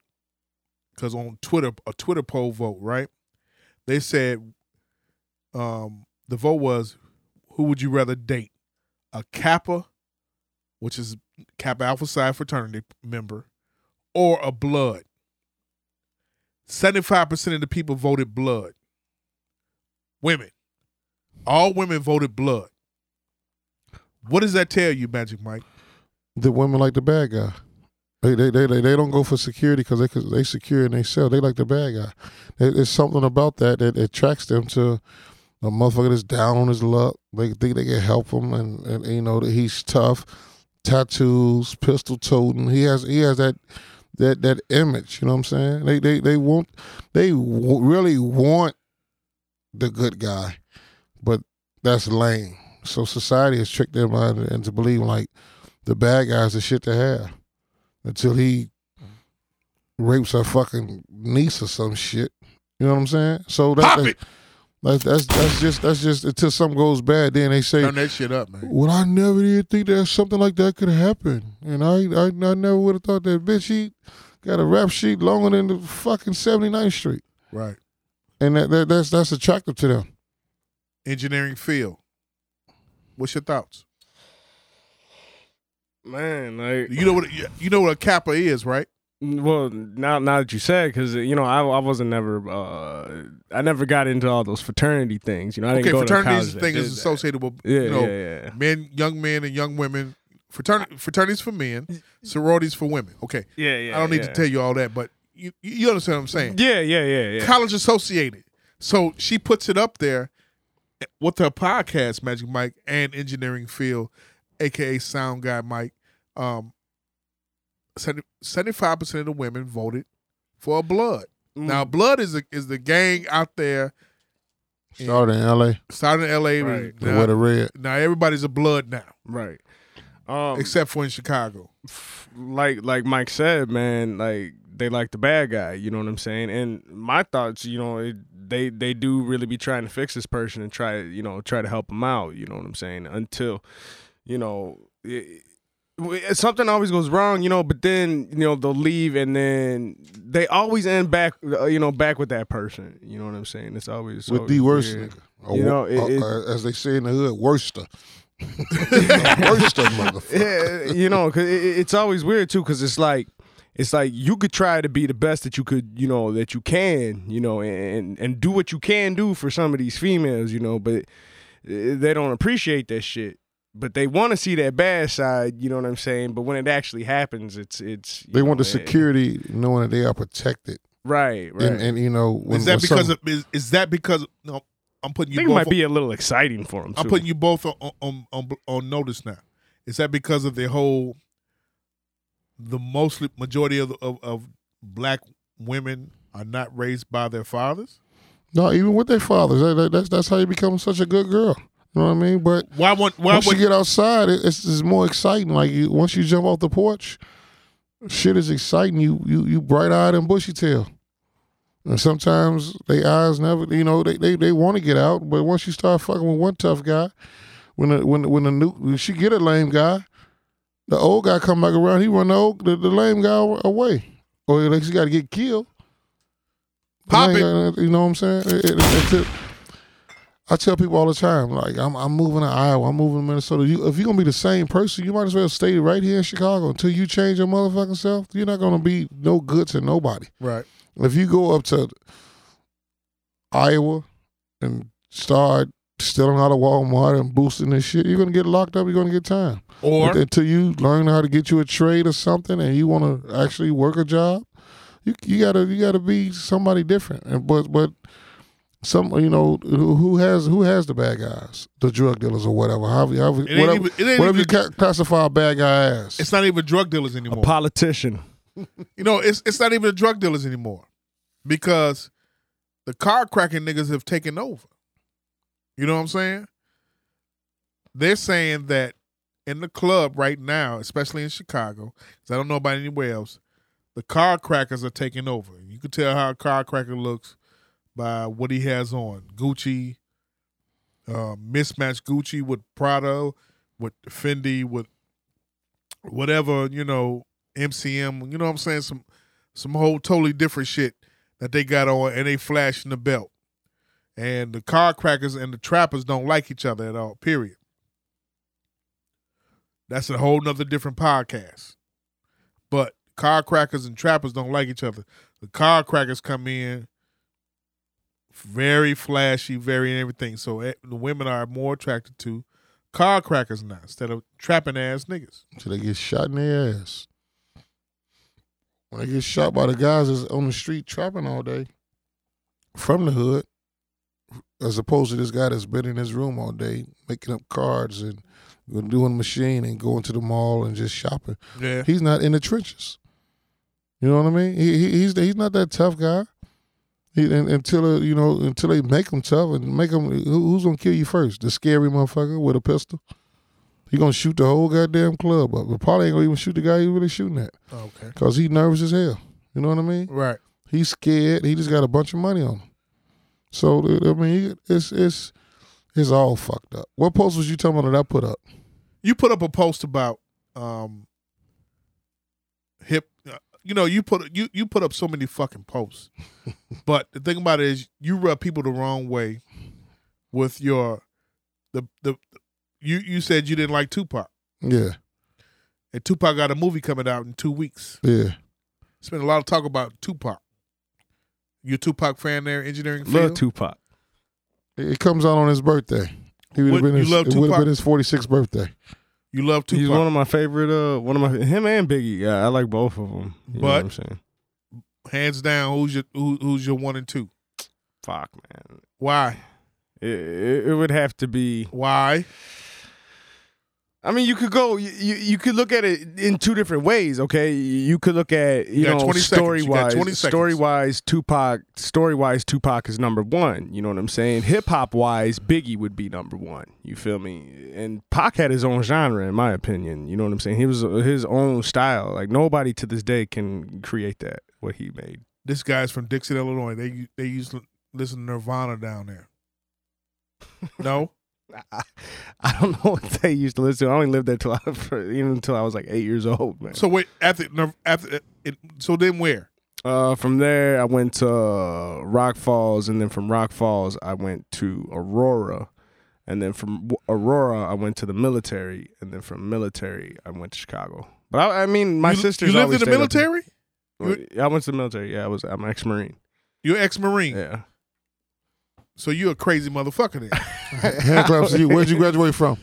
S5: because on Twitter, a Twitter poll vote, right? They said, um, the vote was, who would you rather date, a Kappa which is Kappa Alpha Psi fraternity member, or a blood. 75% of the people voted blood. Women. All women voted blood. What does that tell you, Magic Mike?
S4: The women like the bad guy. They they they, they, they don't go for security because they 'cause they secure in themselves. They like the bad guy. There- There's something about that that attracts them to a motherfucker that's down on his luck. They think they can help him, and, and you know that he's tough. Tattoos, pistol toting. He has he has that that that image. You know what I'm saying? They they they want they w- really want the good guy, but that's lame. So society has tricked their mind into believing like the bad guy's the shit to have until he rapes her fucking niece or some shit. You know what I'm saying? So that,
S5: Pop
S4: that-
S5: it!
S4: that's that's that's just that's just until something goes bad. Then they say,
S5: Turn that shit up, man.
S4: "Well, I never did think that something like that could happen," and I I, I never would have thought that bitch he got a rap sheet longer than the fucking 79th Street,
S5: Right.
S4: and that, that that's that's attractive to them.
S5: Engineering field. What's your thoughts?
S11: Man, like
S5: You know what you know what a kappa is, right?
S11: Well, now now that you said, because you know, I I wasn't never uh I never got into all those fraternity things. You know, I didn't
S5: okay,
S11: go to
S5: fraternities
S11: college. that
S5: thing
S11: did
S5: is
S11: that.
S5: associated with
S11: Yeah,
S5: you know
S11: yeah, yeah.
S5: men, young men and young women. Fraternity, fraternities for men, sororities for women. Okay,
S11: Yeah, yeah.
S5: I don't need
S11: yeah.
S5: to tell you all that, but you you understand what I'm saying?
S11: Yeah, yeah, yeah, yeah.
S5: College associated. So she puts it up there with her podcast, Magic Mike and Engineering Field, aka Sound Guy Mike. Um, seventy five percent of the women voted for Blood. Now, Blood is a, is the gang out there
S4: Started in L.A.
S5: starting in L.A.
S11: Right.
S4: with the
S5: Now,
S4: red.
S5: now everybody's a Blood now,
S11: right. Um,
S5: except for in Chicago.
S11: like like Mike said, man, like they like the bad guy. You know what I'm saying? And my thoughts, you know, it, they they do really be trying to fix this person and try you know try to help him out. You know what I'm saying? Until you know. It, it- Something always goes wrong, you know. But then, you know, they'll leave, and then they always end back, uh, you know, back with that person. You know what I'm saying? It's always
S4: with the
S11: always
S4: worst
S11: weird.
S4: nigga. Or,
S11: You know,
S4: wo-
S11: it-
S4: or-
S11: it-
S4: or as they say in the hood, worster. [LAUGHS] worster motherfucker.
S11: yeah, you know, 'cause it, it- it's always weird too, because it's like it's like you could try to be the best that you could, you know, that you can, you know, and and do what you can do for some of these females, you know, but eh, they don't appreciate that shit. But they want to see that bad side, you know what I'm saying? But when it actually happens, it's it's you
S4: They want
S11: know,
S4: the
S11: it-
S4: security knowing that they are protected.
S11: Right, right.
S4: And, and you know, when,
S5: is that
S4: when
S5: because
S4: some-
S5: of, is, is that because no? I'm putting
S11: I
S5: you.
S11: think it
S5: both
S11: might
S5: on-
S11: be a little exciting for them.
S5: I'm putting you both on on, on on notice now. Is that because of the whole, the mostly majority of, of of black women are not raised by their fathers?
S4: no, even with their fathers, that, that- that's that's how you become such a good girl. You know what I mean? But
S5: Why won't why
S4: once
S5: would
S4: you get outside, it, it's, it's more exciting. Like you, once you jump off the porch, shit is exciting. You you you bright eyed and bushy tail. And sometimes they eyes never, you know, they they, they want to get out, but once you start fucking with one tough guy, when the, when the- when the new when she get a lame guy, the old guy come back around, he run the old, the, the lame guy away, or like she got to get killed.
S5: Pop it.
S4: Uh, You know what I'm saying? It- it- it's a- I tell people all the time, like I'm, I'm moving to Iowa, I'm moving to Minnesota. You, if you're gonna be the same person, you might as well stay right here in Chicago until you change your motherfucking self. You're not gonna be no good to nobody.
S5: right?
S4: If you go up to Iowa and start stealing out of Walmart and boosting this shit, you're gonna get locked up. You're gonna get time.
S5: Or-
S4: But until you learn how to get you a trade or something, and you want to actually work a job, you you gotta you gotta be somebody different. And but but some you know who who has who has the bad guys, the drug dealers or whatever. However, however,
S5: ain't
S4: whatever,
S5: even- it ain't
S4: whatever
S5: even-
S4: you ca- classify a bad guy as.
S5: It's not even drug dealers anymore.
S11: politician.
S5: You know, it's it's not even the drug dealers anymore because the car cracking niggas have taken over. You know what I'm saying? They're saying that in the club right now, especially in Chicago, 'cause I don't know about anywhere else, the car crackers are taking over. You can tell how a car cracker looks by what he has on. Gucci, uh, mismatched Gucci with Prada, with Fendi, with whatever you know MCM, you know what I'm saying some some whole totally different shit that they got on and they flashing the belt. And the car crackers and the trappers don't like each other at all. Period. That's a whole nother different podcast. But car crackers and trappers don't like each other. The car crackers come in very flashy, very everything. So eh, the women are more attracted to car crackers now instead of trapping ass niggas.
S4: till they get shot in their ass. When they get shot by the guys that's on the street trapping all day from the hood, as opposed to this guy that's been in his room all day making up cards and doing machine and going to the mall and just shopping.
S5: Yeah.
S4: He's not in the trenches. You know what I mean? He, he he's he's not that tough guy. He, and, until uh, you know, until they make him tough and make him, who, who's gonna kill you first? The scary motherfucker with a pistol. He gonna shoot the whole goddamn club up, but probably ain't gonna even shoot the guy he really shooting at.
S5: Okay.
S4: Cause he nervous as hell. You know what I mean?
S5: Right.
S4: He's scared. He just got a bunch of money on him. So I mean, it's it's it's all fucked up. What post was you talking about that I put up?
S5: you put up a post about um hip uh, you know you put you you put up so many fucking
S11: [LAUGHS]
S5: posts but the thing about it is you rub people the wrong way with your the the you you said you didn't like Tupac
S4: Yeah,
S5: and Tupac got a movie coming out in 2 weeks
S4: yeah.
S5: it's been a lot of talk about Tupac you a Tupac fan there engineering
S11: Love
S5: field
S11: Tupac.
S4: It comes out on his birthday. He would
S5: Would-
S4: have
S5: you
S4: been his,
S5: love
S4: it would
S5: Tupac?
S4: have been his 46th birthday.
S5: you love Tupac
S11: He's one of my favorite. Uh, one of my him and Biggie. Yeah, I like both of them. You know what
S5: But-
S11: I'm saying,
S5: hands down who's your who, who's your one and two
S11: fuck, man,
S5: why
S11: it, it, it would have to be.
S5: why
S11: I mean, you could go. You, you you could look at it in two different ways. Okay, you could look at you,
S5: You got
S11: know
S5: 20 seconds.
S11: story
S5: You got
S11: wise,
S5: 20 seconds.
S11: story wise, Tupac. Story wise, Tupac is number one. You know what I'm saying? Hip hop wise, Biggie would be number one. You feel me? And Pac had his own genre, in my opinion. You know what I'm saying? He was uh, his own style. Like nobody to this day can create that what he made.
S5: this guy's from Dixon, Illinois. They they used to listen to Nirvana down there.
S11: [LAUGHS]
S5: No,
S11: I, [LAUGHS] I don't know what they used to listen to. I only lived there till I, [LAUGHS] for, even until I was like eight years old, man.
S5: so wait after Nir- after it, so then where?
S11: Uh, from there, I went to uh, Rock Falls, and then from Rock Falls, I went to Aurora, and then from w- Aurora, I went to the military, and then from military, I went to Chicago. But I, I mean, my
S5: you,
S11: sister's
S5: You lived
S11: always
S5: in the
S11: stayed up there.
S5: military.
S11: I went to the military. Yeah, I was. I'm ex marine.
S5: You're ex marine.
S11: Yeah.
S5: So you're a crazy
S11: [LAUGHS]
S5: motherfucker then.
S4: Hand claps to you. Where'd you graduate from?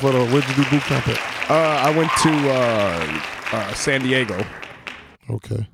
S4: What, uh, where'd you do boot camp at?
S11: Uh, I went to uh, uh, San Diego.
S4: Okay.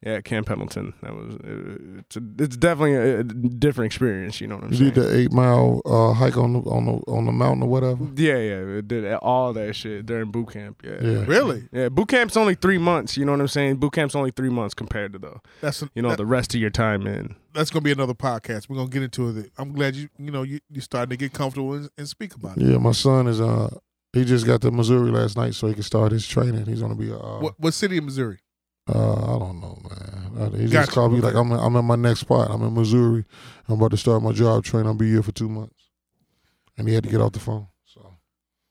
S11: Yeah, Camp Pendleton. That was. uh, It's, a, it's definitely a, a different experience. You know what I'm
S4: You
S11: saying?
S4: did the eight mile uh, hike on the, on the on the mountain or whatever.
S11: Yeah, yeah, it did all that shit during boot camp. Yeah,
S4: Yeah.
S5: Really?
S11: Yeah, boot camp's only three months. You know what I'm saying? Boot camp's only three months compared to the
S5: That's a-
S11: you know
S5: that-
S11: the rest of your time in.
S5: That's gonna be another podcast. We're gonna get into it. I'm glad you you know you you starting to get comfortable and, and speak about it.
S4: Yeah, my son is uh he just got to Missouri last night, so he can start his training. He's gonna be a, uh,
S5: What what city in Missouri?
S4: uh I don't know, man. Uh, He
S5: Gotcha.
S4: just called me
S5: Okay.
S4: like I'm I'm at my next spot. I'm in Missouri. I'm about to start my job training. I'll be here for two months, and he had to get off the phone. So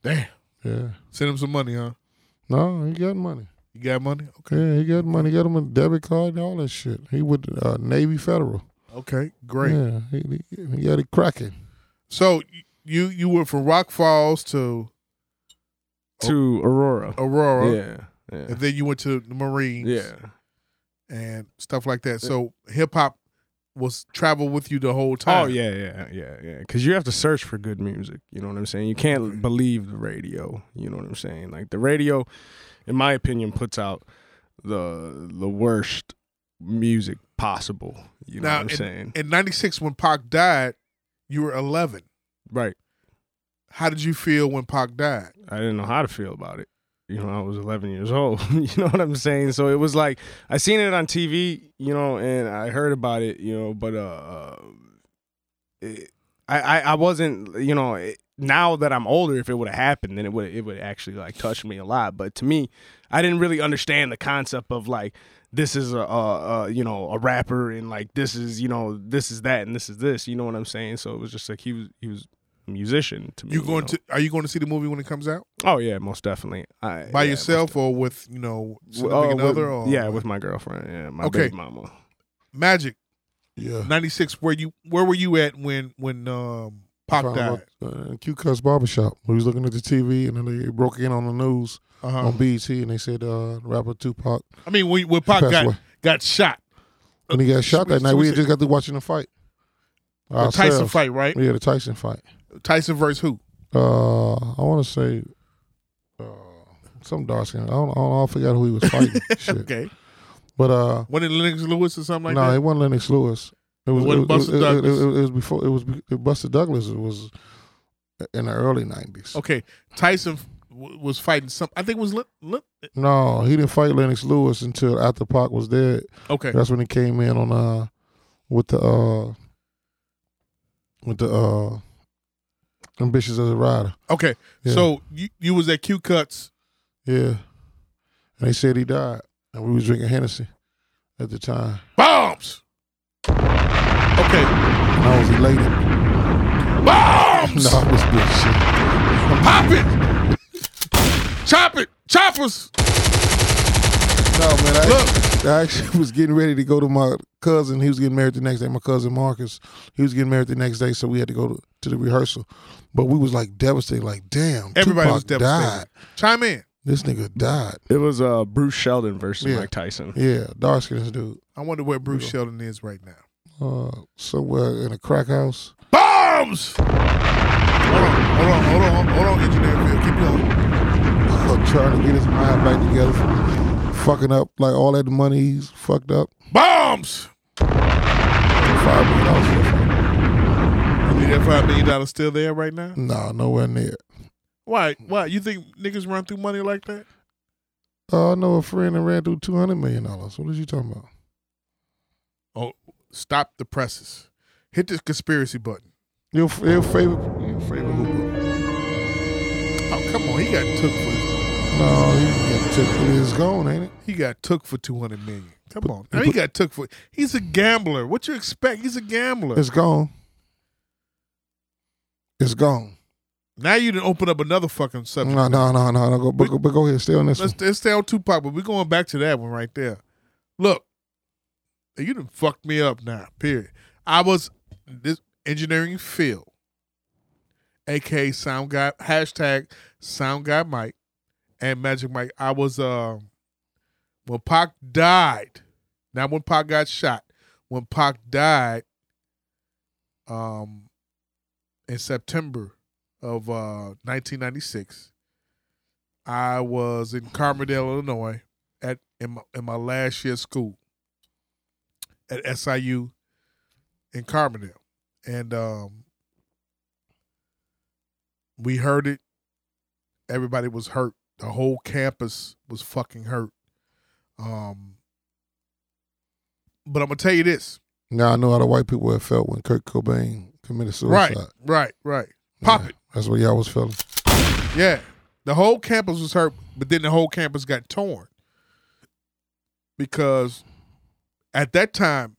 S5: Damn.
S4: yeah,
S5: Send him some money, huh?
S4: no, he got money.
S5: You got money?
S4: Yeah, he got money. Got him a debit card and all that shit. He with uh, Navy Federal.
S5: Okay, great.
S4: Yeah, he, he, he got it cracking.
S5: So y- you you went from Rock Falls to
S11: To Oh. Aurora.
S5: Aurora,
S11: Yeah, yeah,
S5: and then you went to the Marines,
S11: yeah.
S5: and stuff like that. So hip hop was travel with you the whole time.
S11: Oh yeah, yeah, yeah, yeah. Because you have to search for good music. You know what I'm saying? You can't believe the radio. You know what I'm saying? Like the radio, in my opinion, puts out the the worst music possible. You know
S5: now
S11: what I'm
S5: in-
S11: saying?
S5: in '96 when Pac died, you were 11.
S11: right.
S5: How did you feel when Pac died?
S11: I didn't know how to feel about it. You know, I was 11 years old. [LAUGHS] you know what I'm saying? So it was like I seen it on TV, you know, and I heard about it, you know, but uh, it, I, I I wasn't, you know. It, now that I'm older, if it would have happened, then it would it would actually like touch me a lot. But to me, I didn't really understand the concept of like this is a, a, a you know a rapper and like this is you know this is that and this is this. You know what I'm saying? So it was just like he was he was a musician to me.
S5: You going
S11: know?
S5: to are you going to see the movie when it comes out
S11: Oh yeah, most definitely. I,
S5: by
S11: yeah,
S5: yourself or with you know
S11: most-
S5: significant
S11: oh, with-
S5: other? Or,
S11: yeah, with my girlfriend. Yeah, my
S5: Okay.
S11: baby mama.
S5: Magic
S4: Yeah.
S5: '96. Where you where were you at when when um Pac
S4: Found
S5: died?
S4: out, uh, Q Cuts Barbershop. We was looking at the TV and then they broke in on the news
S5: Uh-huh.
S4: on BET and they said uh, rapper Tupac.
S5: I mean, when, when Pac
S4: Passed
S5: got
S4: away.
S5: got shot,
S4: When he got shot that
S5: Uh, so
S4: night,
S5: we
S4: we had
S5: said-
S4: just got to watching the fight.
S5: the Tyson fight, right?
S4: Yeah, the Tyson fight.
S5: Tyson versus who?
S4: Uh, I want to say uh, some dark skin. I don't, I don't. I forgot who he was fighting.
S5: [LAUGHS]
S4: Shit.
S5: Okay,
S4: But uh,
S5: when it Lennox Lewis or something like
S4: no,
S5: that?
S4: it wasn't Lennox Lewis. It was,
S5: wasn't
S4: was-
S5: Buster
S4: it- it-
S5: Douglas.
S4: It, it was before. It was it, Buster Douglas. It was in the early nineties.
S5: Okay, Tyson w- was fighting some. I think it was Len- Len-
S4: No, he didn't fight Lennox Lewis until after Pac was dead.
S5: okay.
S4: That's when he came in on uh with the uh with the uh ambitious as a rider.
S5: Okay,
S4: Yeah.
S5: so you you was at Q Cuts.
S4: Yeah. And they said he died. And we was drinking Hennessy at the time.
S5: Bombs. Okay,
S4: And I was elated. [LAUGHS] no,
S5: bombs.
S4: I was good shit.
S5: Pop it. Chop it. Choppers.
S4: No man, I,
S5: Look.
S4: I actually was getting ready to go to my cousin. He was getting married the next day. My cousin Marcus. He was getting married the next day, so we had to go to, to the rehearsal. But we was like devastated, like damn,
S5: Everybody
S4: Tupac
S5: was devastated.
S4: Died.
S5: Chime in.
S4: This nigga died.
S11: It was uh Bruce Sheldon versus
S4: Yeah.
S11: Mike Tyson.
S4: Yeah, dark skinned dude.
S5: I wonder where Bruce Sheldon is right now.
S4: Uh, somewhere in a crack house.
S5: Bombs. Hold on. Hold on. Hold on. Hold on. Engineer Phil. Keep going.
S4: Uh, trying to get his mind back together. from Fucking up like all that money he's fucked up.
S5: Bombs.
S4: Five million dollars. for the fuck.
S5: You mean that five million dollars still there right now?
S4: Nah, nowhere near.
S5: Why? Why? You think niggas run through money like that?
S4: Uh, I know a friend that ran through two hundred million dollars. What are you talking about?
S5: Oh, stop the presses. Hit this conspiracy button.
S4: Your your favorite your favorite Hooper?
S5: Oh, come on. He got took for
S4: No, he got took, it's gone, ain't it?
S5: he got took for two hundred million. Come on. Now he got took for. He's a gambler. What you expect? He's a gambler.
S4: It's gone. It's gone.
S5: Now you didn't open up another fucking subject.
S4: No, no, no, no, no. Go, but, go- but go ahead. Stay on this one.
S5: Let's, let's stay on Tupac, but we're going back to that one right there. Look, you done fucked me up now, period. I was this engineering field, aka sound guy hashtag sound guy Mike and Magic Mike. I was um when Pac died, Not when Pac got shot. When Pac died, um, in September of uh 1996, I was in Carmerdale, Illinois, at in my, in my last year of school at SIU in Carbondale, and um, we heard it. Everybody was hurt. The whole campus was fucking hurt. Um, but I'm gonna tell you this.
S4: Now I know how the white people have felt when Kurt Cobain committed suicide.
S5: Right, right, right. Pop it.
S4: That's what y'all was feeling.
S5: Yeah. The whole campus was hurt, but then the whole campus got torn. Because at that time,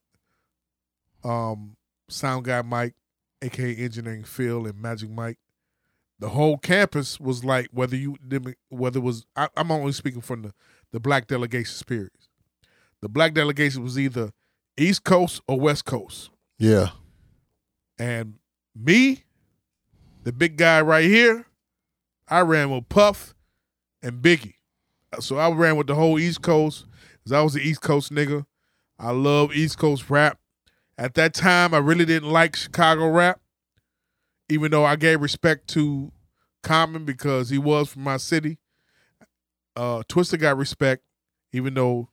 S5: um, sound guy Mike, aka engineering Phil and Magic Mike, the whole campus was like whether you whether it was I, I'm only speaking from the the black delegation spirit. The black delegation was either East Coast or West Coast,
S4: Yeah.
S5: and me, the big guy right here, I ran with Puff and Biggie. So I ran with the whole East Coast because I was an East Coast nigga. I love East Coast rap. At that time, I really didn't like Chicago rap, even though I gave respect to Common because he was from my city. Uh, Twister got respect, even though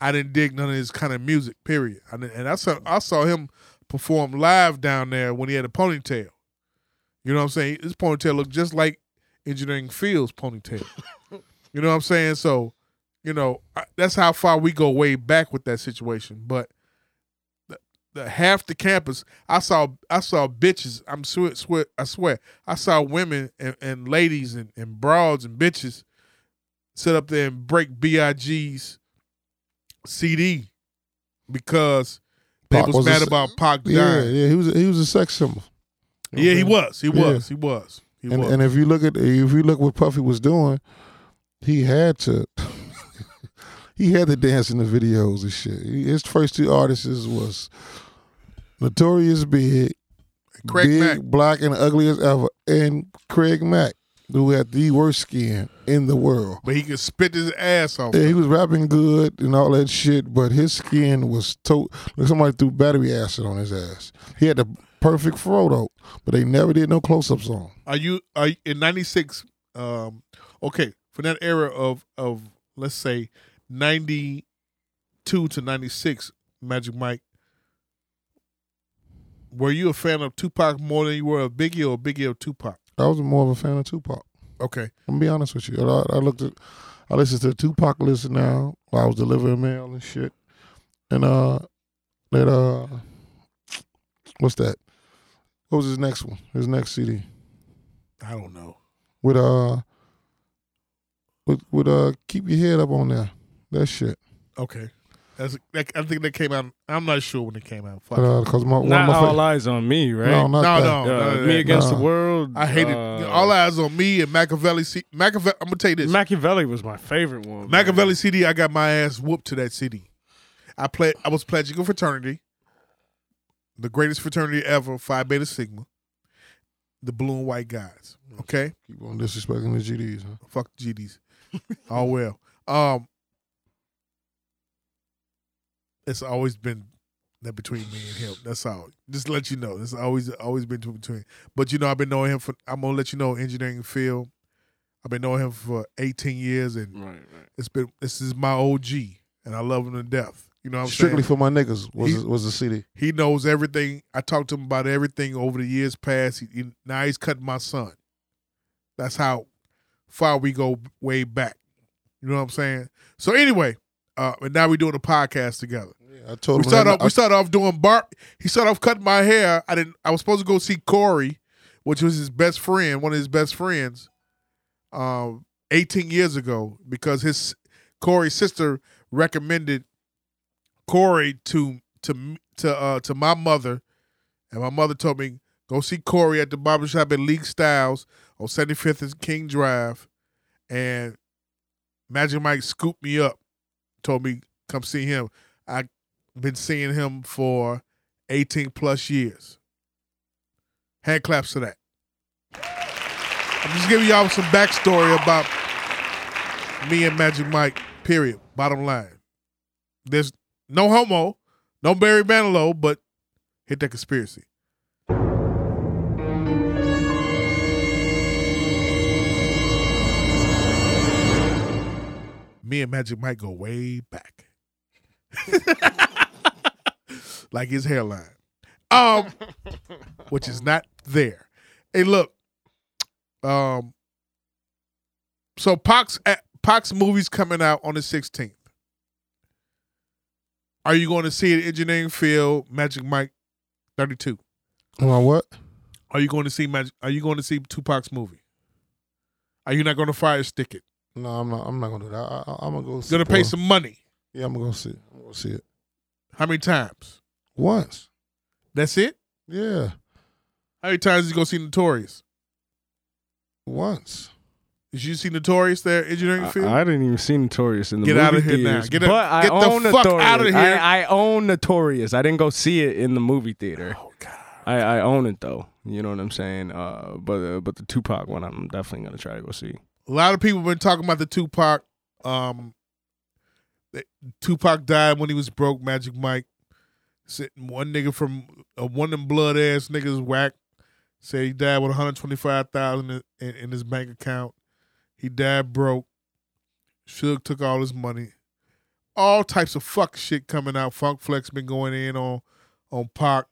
S5: I didn't dig none of his kind of music. Period. I didn't- and I saw I saw him perform live down there when he had a ponytail. You know what I'm saying? His ponytail looked just like Engineering Fields' ponytail. you know what I'm saying? So, you know, I, that's how far we go way back with that situation. But the, the half the campus, I saw, I saw bitches. I'm swear, swear I swear, I saw women and, and ladies and, and broads and bitches sit up there and break Big's CD because they
S4: Pac
S5: was,
S4: was a
S5: mad
S4: s-
S5: about Pac dying.
S4: Yeah, yeah. He was a, he was a sex symbol.
S5: Yeah, he was. He
S4: Yeah.
S5: was. He was. He
S4: and,
S5: was.
S4: and if you look at if you look what Puffy was doing, he had to [LAUGHS] he had to dance in the videos and shit. He- His first two artists was Notorious Big,
S5: Craig
S4: Big
S5: Mack.
S4: Black and Ugly as Ever, and Craig Mack, who had the worst skin in the world.
S5: but he could spit his ass off.
S4: Yeah, he was rapping good and all that shit, but his skin was to like somebody threw battery acid on his ass. He had the perfect Frodo, but they never did no close ups on. him.
S5: Are you are you, in '96? Um, okay, for that era of of let's say '92 to '96, Magic Mike, were you a fan of Tupac more than you were of Biggie or Biggie of Tupac?
S4: I was more of a fan of Tupac.
S5: Okay,
S4: I'm gonna be honest with you. I, I looked at, I listened to Tupac list now while I was delivering mail and shit, and uh, that uh, what's that? What was his next one? His next CD
S5: I don't know.
S4: with uh, with with uh, keep your head up on there. That shit.
S5: Okay, that's that, I think that came out. I'm not sure when it came out. Fuck.
S4: Uh, Cause my, one of
S11: Not
S4: my fa-
S11: all eyes on me, right?
S4: No, not
S5: no,
S4: that.
S5: no,
S11: Uh,
S5: no, no,
S11: me
S5: no.
S11: against
S4: Nah.
S11: the world.
S5: I hated
S11: uh,
S5: all eyes on me and Machiavelli. C- Machiavelli, I'm gonna tell you this.
S11: Machiavelli was my favorite one. man.
S5: Machiavelli CD, I got my ass whooped to that CD. I played. I was pledging a fraternity, the greatest fraternity ever, Phi Beta Sigma, the blue and white guys. Okay,
S4: Keep on disrespecting the GDs, huh?
S5: fuck GDs. [LAUGHS] oh well. Um, it's always been that between me and him. That's all. Just to let you know. It's always always been between. But you know, I've been knowing him for. I'm gonna let you know, engineering field. I've been knowing him for 18 years, and
S11: Right, right.
S5: it's been this is my OG, and I love him to death. You know what I'm
S4: Strictly
S5: saying?
S4: for my niggas was
S5: He-
S4: was the CD.
S5: He knows everything. I talked to him about everything over the years past. He, he- now he's cutting my son. That's how far we go way back. You know what I'm saying? So anyway, uh, and now we're doing a podcast together.
S4: I told
S5: We
S4: him
S5: started
S4: that-
S5: off, we started off doing bar. He started off cutting my hair. I didn't. I was supposed to go see Corey, which was his best friend, one of his best friends, um, 18 years ago, because his Corey's sister recommended Corey to to m- to uh, to my mother, and my mother told me go see Corey at the barbershop at League Styles on 75th and King Drive, and Magic Mike scooped me up, told me come see him. I been seeing him for 18 plus years. Hand claps to that. I'm just giving y'all some backstory about me and Magic Mike, period. Bottom line. There's No homo. No Barry Manilow, but hit that conspiracy. Me and Magic Mike go way back. like his hairline. Um, which is not there. Hey, look. Um, so Pox Pox movies coming out on the sixteenth. Are you going to see it? Engineering Field, Magic Mike, thirty two.
S4: Am I what?
S5: Are you going to see Magic? Are you going to see Tupac's movie? Are you not going to fire stick it?
S4: No, I'm not. I'm not gonna do that. I, I, I'm gonna go.
S5: Gonna pay
S4: Well,
S5: some money.
S4: Yeah, I'm gonna go see. It. I'm gonna see it
S5: How many times?
S4: once.
S5: That's it.
S4: Yeah,
S5: How many times you gonna see Notorious?
S4: once.
S5: Did you see Notorious there, Engineering Field?
S11: I, I didn't even see Notorious in the
S5: Get
S11: movie
S5: outta here now.
S11: theaters,
S5: Get a-
S11: but I
S5: get the
S11: own
S5: fuck
S11: Notorious.
S5: outta here.
S11: I, I own Notorious. I didn't go see it in the movie theater.
S5: oh God.
S11: I, I own it though. You know what I'm saying? Uh, but uh, but the Tupac one, I'm definitely gonna try to go see.
S5: A lot of people been talking about the Tupac. Um, that Tupac died when he was broke. Magic Mike, said one nigga from a one and blood ass niggas whack. Said he died with one hundred twenty five thousand in, in his bank account. He died broke. Suge took all his money. All types of fuck shit coming out. Funk Flex been going in on on Pac.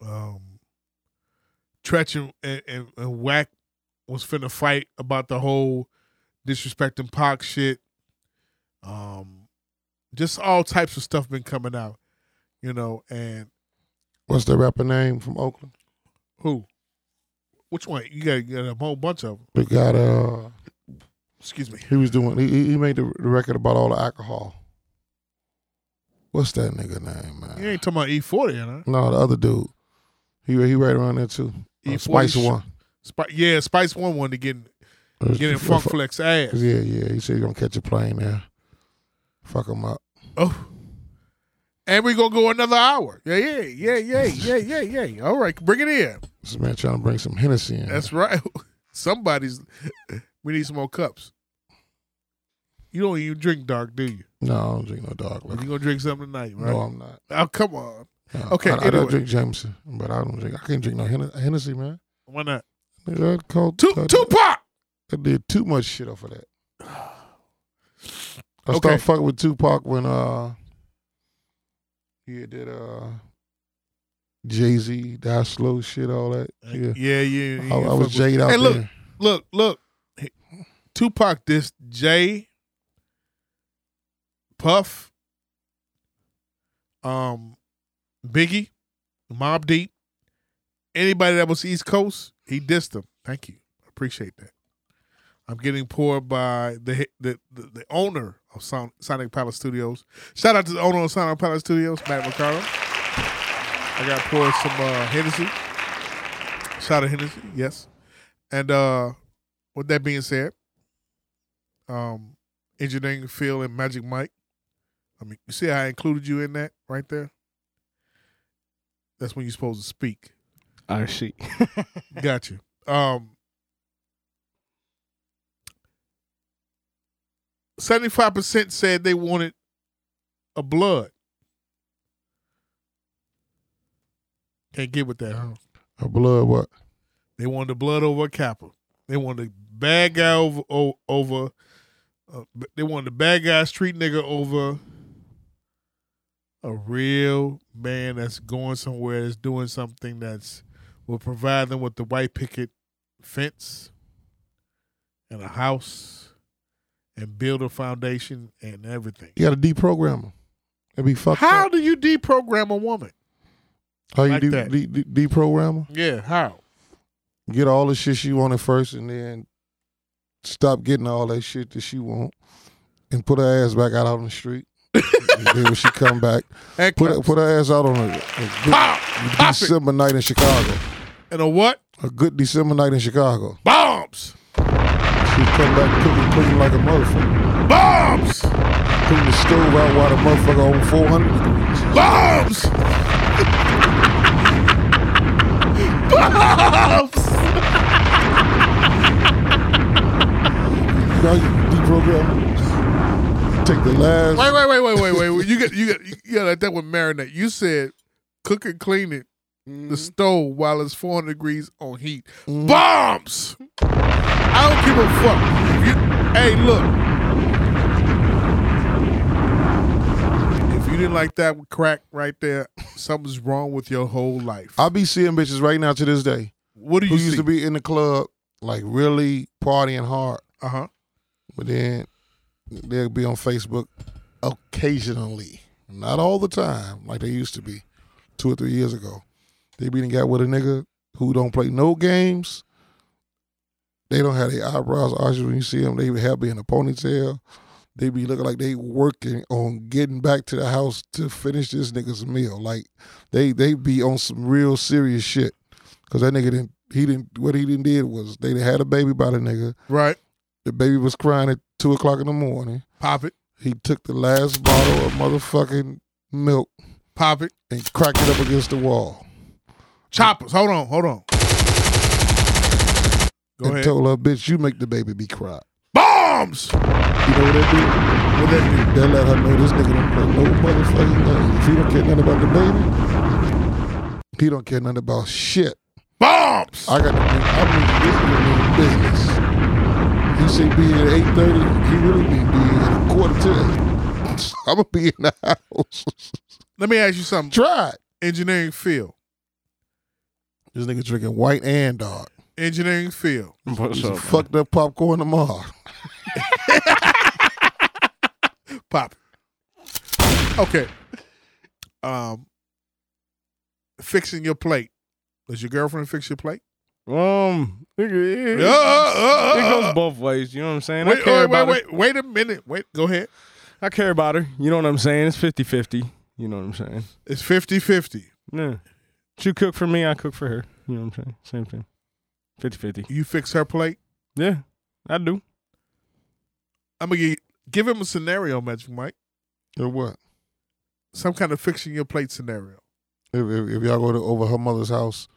S5: Um, Tretch and, and, and, and Whack was finna fight about the whole disrespecting Pac shit. Um, just all types of stuff been coming out, you know. And
S4: What's the rapper name from Oakland?
S5: who? Which one? You got, you got a whole bunch of them.
S4: They got uh,
S5: Excuse me.
S4: he was doing. He, he- he made the the record about all the alcohol. What's that nigga name, man?
S5: You ain't talking about E forty, you know?
S4: No, the other dude. He he right around there too. Uh,
S5: E40
S4: Spice one.
S5: Spi- yeah, Spice One wanted to get in, get in Funk Flex ass.
S4: Yeah, yeah. He said he gonna catch a plane there. Fuck him up.
S5: Oh. And we gonna go another hour. Yeah, yeah, yeah, yeah, yeah, yeah, yeah. All right, bring it in.
S4: This man trying to bring some Hennessy in.
S5: That's right. [LAUGHS] Somebody's. We need some more cups. You don't even drink dark, do you?
S4: no, I don't drink no dark
S5: You
S4: liquor.
S5: gonna drink something tonight, right?
S4: No, I'm not.
S5: Oh, come on.
S4: No.
S5: Okay,
S4: I, I
S5: anyway.
S4: don't drink Jameson, but I don't drink. I can't drink no Hen- Hennessy, man.
S5: Why not?
S4: Nigga, that called
S5: Two,
S4: I,
S5: Tupac.
S4: I did too much shit off of that. I
S5: Okay.
S4: started fucking with Tupac when uh he did uh Jay Z, that slow shit, all that. Yeah,
S5: yeah, yeah.
S4: I, I was Jade out
S5: Hey, look,
S4: there.
S5: look, look. Hey, Tupac, this Jay, Puff, um, Biggie, Mob Deep, anybody that was East Coast, he dissed them. Thank you, I appreciate that. I'm getting poured by the the the, the owner of Son- Sonic Palace Studios. Shout out to the owner of Sonic Palace Studios, Matt McCarron. I got poured some uh, Hennessy. Shout out Hennessy, yes. And uh with that being said, um engineering Phil and Magic Mike. I mean, you see how I included you in that right there? That's when you're supposed to speak.
S11: I see. [LAUGHS]
S5: Got you. Um, seventy-five percent said they wanted a blood. Can't get with that, huh?
S4: A blood what?
S5: They wanted the blood over a Kappa. They wanted the bad guy over o- over. Uh, b- they wanted the bad guy street nigga over a real man that's going somewhere that's doing something that's will provide them with the white picket fence and a house and build a foundation and everything.
S4: You got to deprogram him. It'd be fucked
S5: How
S4: up.
S5: do you deprogram a woman?
S4: How you
S5: like
S4: de-
S5: that?
S4: de- de- deprogram her?
S5: Yeah, how?
S4: Get all the shit she wanted first, and then stop getting all that shit that she want, and put her ass back out on
S5: [LAUGHS]
S4: the street. And then when she come back,
S5: And,
S4: put her, put her ass out on a, a good
S5: pop, pop it.
S4: December night in Chicago.
S5: and a what?
S4: A good December night in Chicago.
S5: Bombs,
S4: She come back cooking, cooking like a motherfucker.
S5: bombs,
S4: Putting the stove out while the motherfucker on 400 degrees.
S5: bombs.
S4: Now you deprogram her. take the last.
S5: Wait, wait, wait, wait, wait, wait. You got, you got, you got to let that one marinate. You said cook and clean it,
S11: Mm-hmm.
S5: the stove while it's 400 degrees on heat. Bombs. I don't give a fuck. You, hey, look. If you didn't like that crack right there, something's wrong with your whole life.
S4: I be seeing bitches right now to this day.
S5: What do you
S4: Who used
S5: see?
S4: to be in the club, like really partying hard.
S5: Uh huh.
S4: But then they'll be on Facebook occasionally, not all the time, like they used to be two or three years ago. They be done got with a nigga who don't play no games. They don't have their eyebrows arched when you see them. They have be in a ponytail. They be looking like they working on getting back to the house to finish this nigga's meal. Like they they be on some real serious shit. Cause that nigga didn't he didn't what he didn't did was they done had a baby by the nigga.
S5: Right.
S4: The baby was crying at two o'clock in the morning.
S5: Pop it.
S4: He took the last bottle of motherfucking milk.
S5: Pop it.
S4: And cracked it up against the wall.
S5: Choppers. Hold on. Hold on. Go
S4: and
S5: ahead.
S4: told her, bitch, you make the baby be cry.
S5: Bombs.
S4: You know what that did?
S5: What that
S4: did? That let her know this nigga don't play no motherfucking game. If he don't care nothing about the baby, he don't care nothing about shit.
S5: Bombs!
S4: I got to think, I mean this nigga mean business. He say be here at 8.30, he really mean be here at a quarter to eight. [LAUGHS] I'm going to be in the house. [LAUGHS]
S5: Let me ask you something.
S4: Try it.
S5: Engineering field.
S4: This nigga drinking white and dog.
S5: Engineering field.
S4: He's fucked up popcorn tomorrow.
S5: Pop. it. Okay. Um, fixing your plate. Does your girlfriend fix your plate?
S11: Um, it, it-
S5: Uh, uh, uh,
S11: it
S5: uh. [LAUGHS]
S11: goes both ways. You know what I'm saying? I
S5: Wait,
S11: care
S5: wait, wait,
S11: about her.
S5: wait, wait a minute. Wait, go ahead.
S11: I care about her. You know what I'm saying? It's 50 50. You know what I'm saying?
S5: It's 50 50.
S11: Yeah. She cook for me, I cook for her. You know what I'm saying? Same thing. 50 50.
S5: You fix her plate.
S11: Yeah, I do.
S5: I'm gonna give, give him a scenario, Magic Mike.
S4: Or what?
S5: Some kind of fixing your plate scenario.
S4: If, if, if y'all go to over her mother's house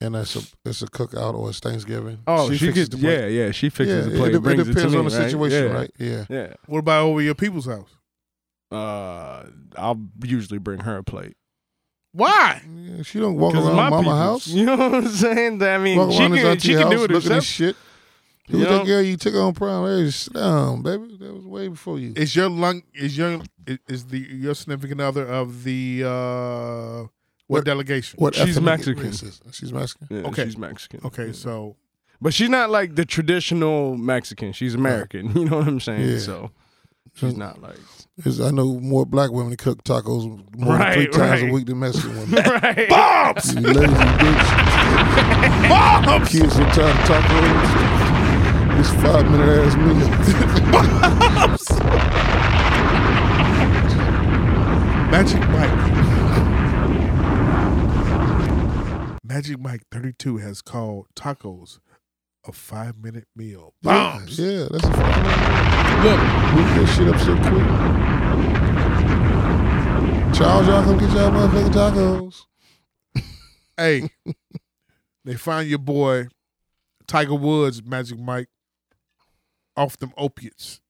S4: and that's a, it's a cookout or it's Thanksgiving.
S11: Oh, she,
S4: fixes
S11: gets,
S4: the plate.
S11: yeah, yeah. She fixes
S4: Yeah,
S11: the plate.
S4: It, de- it
S11: brings
S4: depends
S11: to me,
S4: on the
S11: right?
S4: situation,
S11: Yeah.
S4: right? Yeah.
S11: Yeah.
S5: What about over your people's house?
S11: Uh, I'll usually bring her a plate.
S5: Why?
S4: Yeah, She don't walk
S11: 'Cause
S4: around
S11: my
S4: mama
S11: people's-
S4: house.
S11: You know what I'm saying? I mean,
S4: walk
S11: she
S4: around his
S11: can,
S4: auntie
S11: she can
S4: house
S11: do it
S4: looking at
S11: herself.
S4: shit. Who
S11: You
S4: that
S11: know?
S4: girl you took on prom? Hey, sit down, baby. That was way before you.
S5: Is your lung? Is your i- is the your significant other of the uh what,
S4: What-
S5: delegation?
S4: What
S11: She's
S4: ethnic
S11: Mexican.
S4: race is- She's Mexican.
S11: Yeah,
S5: Okay.
S11: she's Mexican.
S5: Okay,
S11: Yeah.
S5: so
S11: but she's not like the traditional Mexican. She's American. [LAUGHS] You know what I'm saying?
S4: Yeah.
S11: So she's not like [LAUGHS]
S4: 'Cause I know more black women that cook tacos more
S11: Right,
S4: than three times
S11: right.
S4: a week than Mexican
S11: [LAUGHS]
S4: women.
S5: bombs,
S4: you lazy bitch.
S5: bombs,
S4: Kids with tired of tacos. This five minute ass [LAUGHS] meal.
S5: bombs. Magic Mike. Magic Mike 32 has called tacos a five minute meal. Bombs.
S4: Yeah, that's a fucking
S5: Look,
S4: Whip that shit up so quick. Charles, y'all come get y'all motherfucking tacos.
S5: hey, they find your boy Tiger Woods, Magic Mike, off them opiates.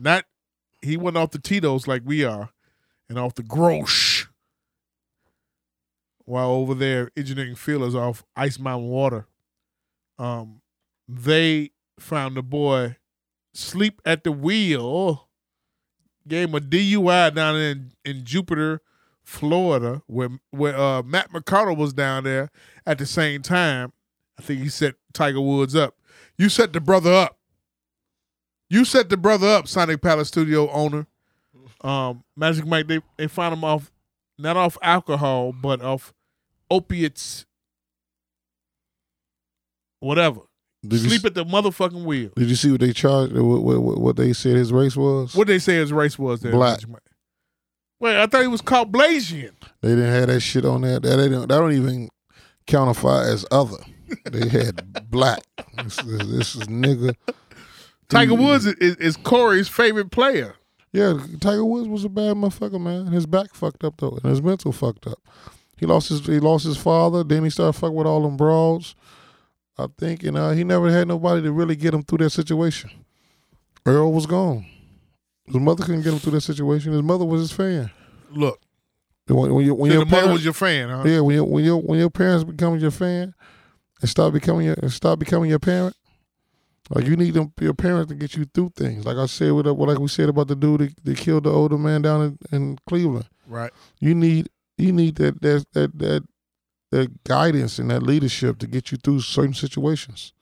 S5: Not he went off the Tito's like we are, and off the Grosh. While over there, engineering field is off Ice Mountain Water. Um, they found the boy sleep at the wheel. Gave him a DUI down in in Jupiter, Florida, where where uh, Matt McConnell was down there at the same time. I think he set Tiger Woods up. You set the brother up. You set the brother up, Sonic Palace Studio owner. Um, Magic Mike, they, they found him off, not off alcohol, but off opiates, whatever.
S4: Did you,
S5: Sleep at the motherfucking wheel.
S4: did you see what they charged? What, what, what- what they said his race was?
S5: What they say his race was there?
S4: Black.
S5: Magic Mike? Wait, I thought he was Caucasian.
S4: They didn't have that shit on there. That they don't. That don't even countify as other.
S5: [LAUGHS]
S4: They had black. This is, this is nigga.
S5: Tiger Woods is, is, is Corey's favorite player.
S4: Yeah, Tiger Woods was a bad motherfucker, man. His back fucked up though, and his mental fucked up. He lost his he lost his father. Then he started fucking with all them broads. I think, and uh, he never had nobody to really get him through that situation. Earl was gone. His mother couldn't get him through that situation. His mother was his fan.
S5: Look,
S4: when, when, you, when
S5: So
S4: your
S5: the mother
S4: parents-
S5: was your fan, huh?
S4: Yeah, when your when your when your parents become your fan and start becoming your and start becoming your parent, like you need them your parents to get you through things. Like I said, with the- like we said about the dude that, that killed the older man down in, in Cleveland.
S5: Right.
S4: You need you need that that that that that guidance and that leadership to get you through certain situations.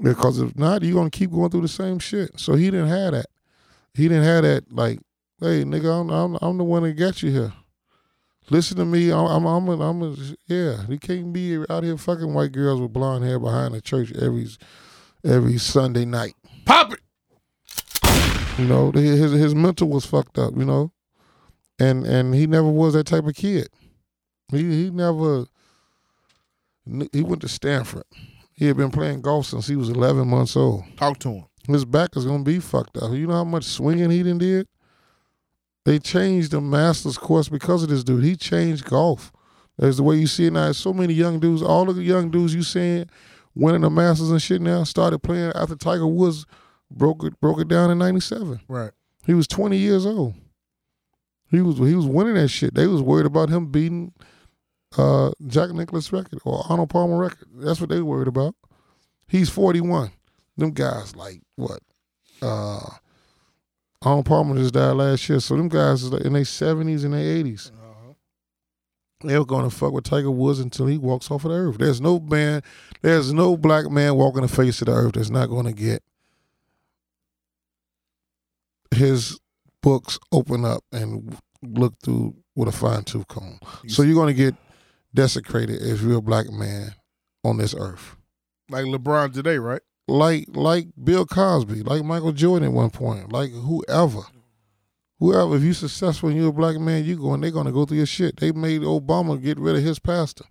S4: Because if not, you're gonna keep going through the same shit. So he didn't have that. He didn't have that. Like, hey, nigga, I'm I'm, I'm the one that got you here. Listen to me. I'm I'm I'm, a, I'm a, yeah. You can't be out here fucking white girls with blonde hair behind the church every every Sunday night.
S5: Pop it.
S4: You know, his his mental was fucked up. You know, and and he never was that type of kid. He he never. He went to Stanford. He had been playing golf since he was 11 months old.
S5: Talk to him.
S4: His back is gonna be fucked up. You know how much swinging he done did. They changed the masters course because of this dude. He changed golf. That's the way you see it now. So many young dudes, all of the young dudes you seeing winning the masters and shit now started playing after Tiger Woods broke it broke it down in '97.
S5: Right.
S4: He was 20 years old. He was he was winning that shit. They was worried about him beating uh, Jack Nicklaus record or Arnold Palmer record. That's what they worried about. He's 41. Them guys like what? Uh, Arnold Palmer just died last year, so them guys is like in their 70s and their 80s. They were going to fuck with Tiger Woods until he walks off of the earth. There's no man, there's no black man walking the face of the earth that's not going to get his books open up and look through with a fine tooth comb. So you're going to get desecrated if you're a black man on this earth.
S5: Like LeBron today, right?
S4: Like like Bill Cosby, like Michael Jordan at one point, like whoever. Whoever, if you're successful and you're a black man, you going they're gonna go through your shit. They made Obama get rid of his pastor.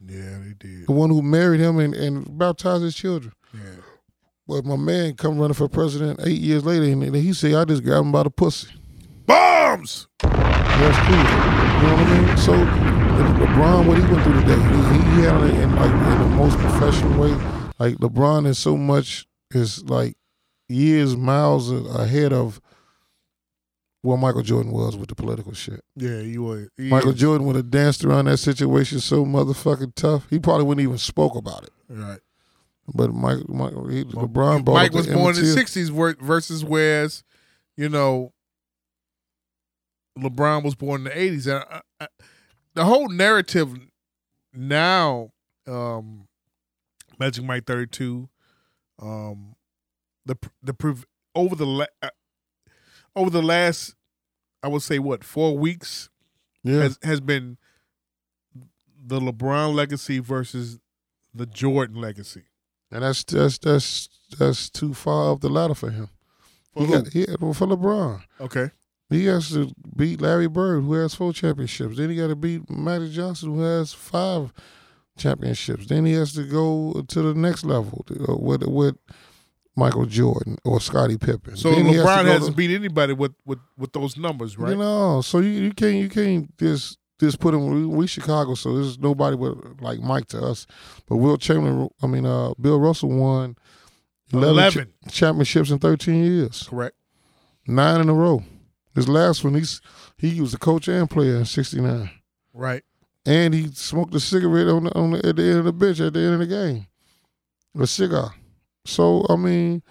S5: Yeah, they did.
S4: The one who married him and, and baptized his children. But my man come running for president eight years later and then he say I just grabbed him by the pussy.
S5: Bombs!
S4: That's cool. You know what I mean? So Le- LeBron, what he went through today, he, he handled it in like in the most professional way. Like LeBron is so much is like years, miles a- ahead of where Michael Jordan was with the political shit.
S5: Yeah, you were. he
S4: Michael
S5: is-
S4: Jordan would have danced around that situation so motherfucking tough. He probably wouldn't even spoke about it.
S5: Right.
S4: But Mike, Mike he, LeBron brought
S5: Mike
S4: up
S5: was
S4: the
S5: born in the
S4: Emmett Till.
S5: sixties versus whereas, you know, LeBron was born in the eighties, and I, I, the whole narrative now, um, Magic Mike thirty two, um, the pr- the prov- over the la- uh, over the last, I would say what four weeks,
S4: Yeah.
S5: has has been the LeBron legacy versus the Jordan legacy.
S4: And that's that's that's that's too far up the ladder for him.
S5: For
S4: he
S5: who?
S4: got he, well, for LeBron.
S5: Okay.
S4: He has to beat Larry Bird, who has four championships. Then he got to beat Magic Johnson, who has five championships. Then he has to go to the next level uh, with with Michael Jordan or Scottie Pippen.
S5: So
S4: Then he has to
S5: LeBron
S4: go
S5: hasn't
S4: to-
S5: beat anybody with, with, with those numbers, right?
S4: You know, so you, you can't you can't just just put him. We, we Chicago, so there's nobody but like Mike to us. But Will Chamberlain, I mean, uh, Bill Russell won 11, cha-
S5: 11.
S4: championships in 13 years.
S5: Correct.
S4: Nine in a row. His last one, he's he was a coach and player in '69,
S5: right.
S4: and he smoked a cigarette on the, on the, at the end of the bench at the end of the game, a cigar. So I mean,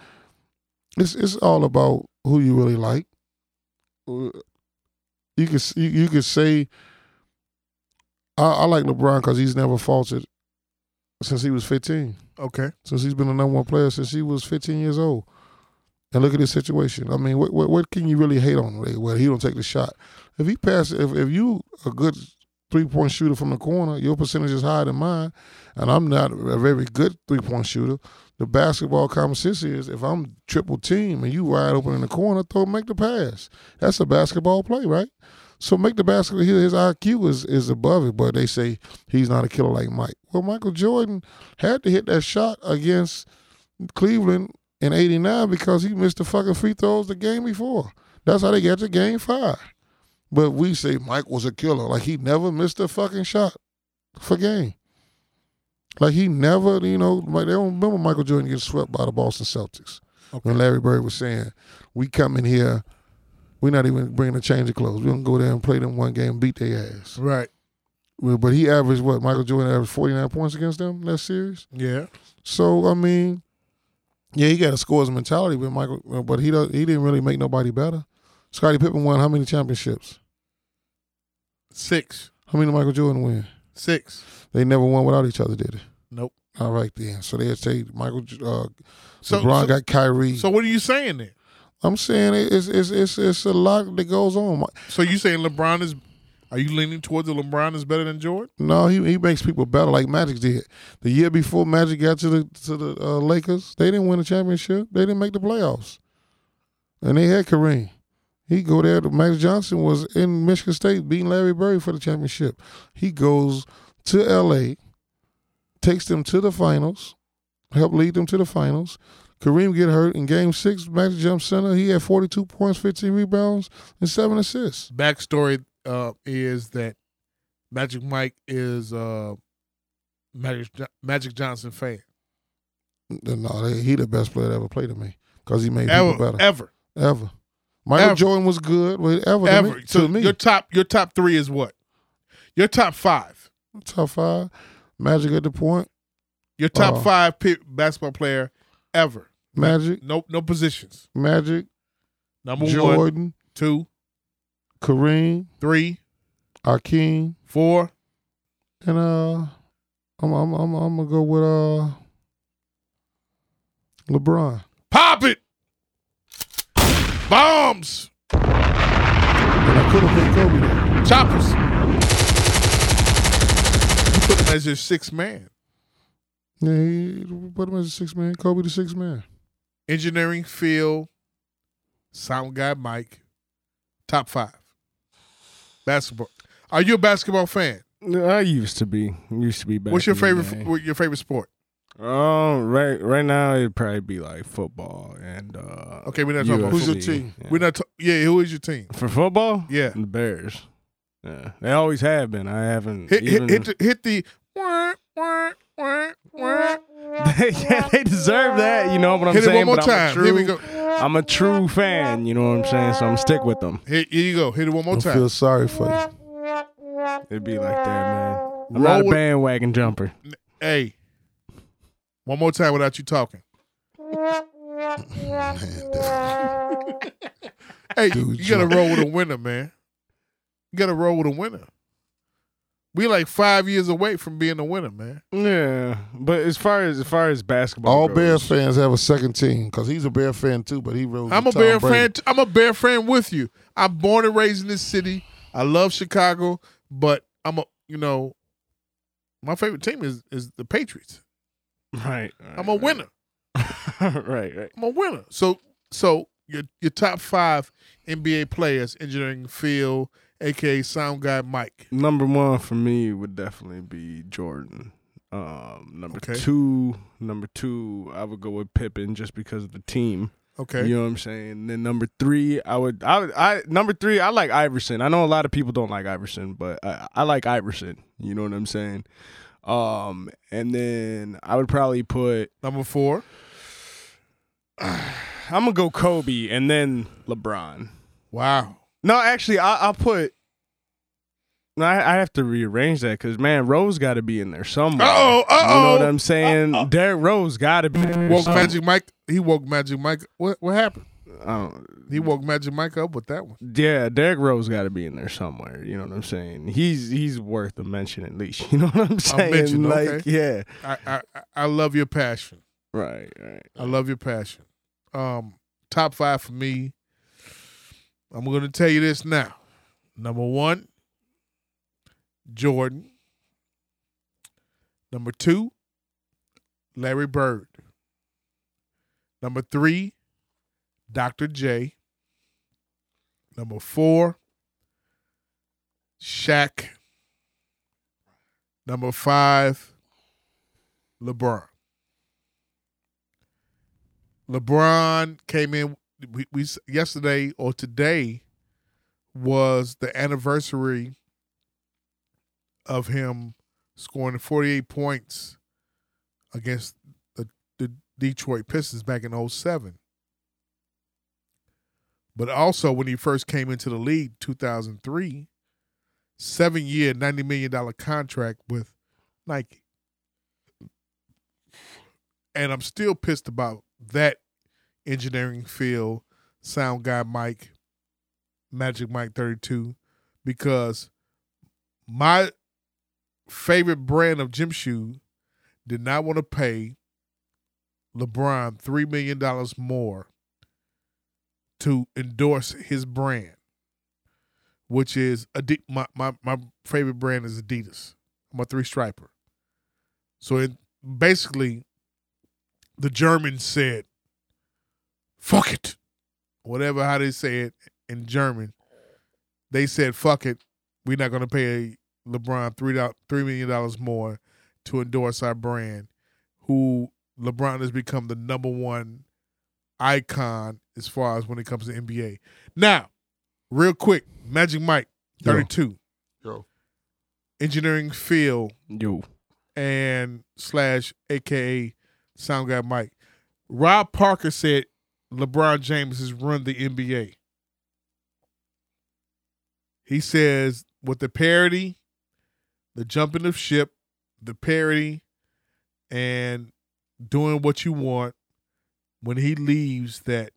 S4: it's it's all about who you really like. Uh, You could you, you could say I, I like LeBron because he's never faltered since he was 15.
S5: Okay.
S4: Since he's been the number one player since he was 15 years old. And look at his situation. I mean, what what, what can you really hate on? Like, Well, he don't take the shot. If he pass, if if you a good three point shooter from the corner, your percentage is higher than mine, and I'm not a very good three point shooter. The basketball common sense is if I'm triple team and you wide open in the corner, throw make the pass. That's a basketball play, right? So make the basketball. His his IQ is is above it, but they say he's not a killer like Mike. Well, Michael Jordan had to hit that shot against Cleveland in '89 because he missed the fucking free throws the game before. That's how they got to game five. But we say Mike was a killer. Like he never missed a fucking shot for game. Like he never, you know, like they don't remember Michael Jordan getting swept by the Boston Celtics. When Larry Bird was saying, "We come in here We're not even bringing a change of clothes. We don't go there and play them one game, and beat their ass.
S5: Right.
S4: Well, But he averaged what? Michael Jordan averaged forty nine points against them last series.
S5: Yeah.
S4: So I mean, yeah, he got a scores mentality with Michael, uh, but he does, he didn't really make nobody better. Scottie Pippen won how many championships?
S5: Six.
S4: How many did Michael Jordan win?
S5: Six.
S4: They never won without each other, did they?
S5: Nope.
S4: All right then. So they say Michael, uh,
S5: So-
S4: LeBron
S5: so-
S4: got Kyrie.
S5: So what are you saying then?
S4: I'm saying it- it's it's it's it's a lot that goes on. Mi-
S5: So you saying LeBron is? Are you leaning towards that LeBron is better than Jordan?
S4: No, he he makes people better like Magic did. The year before Magic got to the to the uh, Lakers, they didn't win a championship. They didn't make the playoffs, and they had Kareem. He go there. to- Magic Johnson was in Michigan State beating Larry Bird for the championship. He goes to L.A., takes them to the finals, help lead them to the finals. Kareem get hurt in Game Six. Magic jump center. He had forty two points, fifteen rebounds, and seven assists.
S5: Backstory uh, is that Magic Mike is uh, Magic Jo- Magic Johnson fan.
S4: No, they- he the best player that ever played to me because he made
S5: Ever,
S4: people better.
S5: ever.
S4: ever. Michael
S5: Ever.
S4: Jordan was good. well, Ever,
S5: Ever.
S4: To me,
S5: so
S4: to me.
S5: your top your top three is what? Your top five.
S4: top five. Magic at the point.
S5: Your top
S4: Uh,
S5: five pi basketball player ever.
S4: Magic,
S5: No no positions.
S4: Magic,
S5: Number one,
S4: Jordan,
S5: two,
S4: Kareem,
S5: three,
S4: Akeem,
S5: four.
S4: and uh, I'm I'm I'm, I'm gonna go with uh, LeBron.
S5: Pop it. Bombs.
S4: And I could have picked Kobe. Though.
S5: Choppers. You put him as your sixth man.
S4: Yeah, he put him as a six man. Kobe the six man.
S5: Engineering field, sound guy Mike, top five. Basketball. Are you a basketball fan?
S11: I used to be. Used to be back.
S5: What's your
S11: in the
S5: favorite?
S11: day.
S5: What your favorite sport?
S11: Um, right, right now it'd probably be like football and uh.
S5: Okay, we're not talking about football.
S11: UFC.
S5: Who's your team?
S11: Yeah.
S5: We're not. ta- yeah, who is your team?
S11: For football,
S5: Yeah.
S11: the Bears. Yeah, they always have been. I haven't
S5: Hit
S11: even.
S5: hit hit
S11: [LAUGHS]
S5: the, hit the wah, wah, wah, wah.
S11: yeah, they deserve that. You know what I'm
S5: Hit it
S11: saying?
S5: one more
S11: But I'm a
S5: time.
S11: true-
S5: Here we go.
S11: I'm a true fan. You know what I'm saying? So I'm stick with them.
S5: Here, here you go. Hit it one more
S4: I
S5: time.
S4: feel sorry for you.
S11: It'd be like that, man. I'm
S5: Roll
S11: not a
S5: with-
S11: bandwagon jumper.
S5: Hey, one more time without you talking. hey,
S4: Dude,
S5: you gotta
S4: John.
S5: roll with a winner, man. You gotta roll with a winner. We like five years away from being a winner, man.
S11: Yeah, but as far as as far as basketball,
S4: All
S11: goes,
S4: Bears fans have a second team because he's a Bear fan too, but he rose.
S5: I'm a
S4: with Tom
S5: bear
S4: Brady.
S5: fan. T- I'm a bear fan with you. I'm born and raised in this city. I love Chicago, but I'm a you know, my favorite team is is the Patriots.
S11: right?
S5: I'm a winner.
S11: right, right, right.
S5: I'm a winner. So so your your top five NBA players, engineering Phil, aka Sound Guy Mike.
S11: Number one for me would definitely be Jordan. Um, number
S5: Okay.
S11: two, number two, I would go with Pippen just because of the team.
S5: Okay.
S11: You know what I'm saying? Then number three, I would, I, would, I number three, I like Iverson. I know a lot of people don't like Iverson, but I, I like Iverson. You know what I'm saying? Um, and then I would probably put,
S5: Number four.
S11: I'm gonna go Kobe and then LeBron.
S5: Wow.
S11: No, actually, I, I'll put. No, I, I have to rearrange that because man, Rose got to be in there somewhere.
S5: Uh-oh,
S11: you know
S5: uh-oh.
S11: what I'm saying? Derrick Rose got to be. in there
S5: Woke
S11: somewhere.
S5: Magic Mike. He woke Magic Mike. What what happened?
S11: I don't-
S5: He woke Magic Mike up with that one.
S11: Um, yeah, Derrick Rose got to be in there somewhere. You know what I'm saying? He's he's worth a mention at least. [LAUGHS] You know what I'm saying?
S5: mention,
S11: like,
S5: okay.
S11: yeah,
S5: I, I I- I love your passion.
S11: right, right.
S5: I love your passion. Um, top five for me. I'm gonna tell you this now. Number one, Jordan. Number two, Larry Bird. Number three, Dr. J. Number four, Shaq. Number five, LeBron. LeBron came in. We, we yesterday or today was the anniversary of him scoring 48 points against the, the Detroit Pistons back in 07. But also, when he first came into the league, 2003, seven year, $90 million contract with Nike. And I'm still pissed about that engineering field, sound guy Mike, Magic Mike 32, because my favorite brand of gym shoe did not want to pay LeBron $3 million more to endorse his brand, which is Adi- my, my, my favorite brand is Adidas. I'm a three striper. So it basically, the Germans said, fuck it. Whatever how they say it in German, they said, fuck it. We're not going to pay LeBron three dollars $3 million more to endorse our brand, who LeBron has become the number one icon as far as when it comes to NBA. Now, real quick, Magic Mike,
S4: Yo.
S5: 32.
S4: Yo.
S5: Engineering Phil. Yo. And slash aka Sound Guy Mike. Rob Parker said LeBron James has run the NBA. He says with the parody, the jumping of ship, the parody, and doing what you want when he leaves that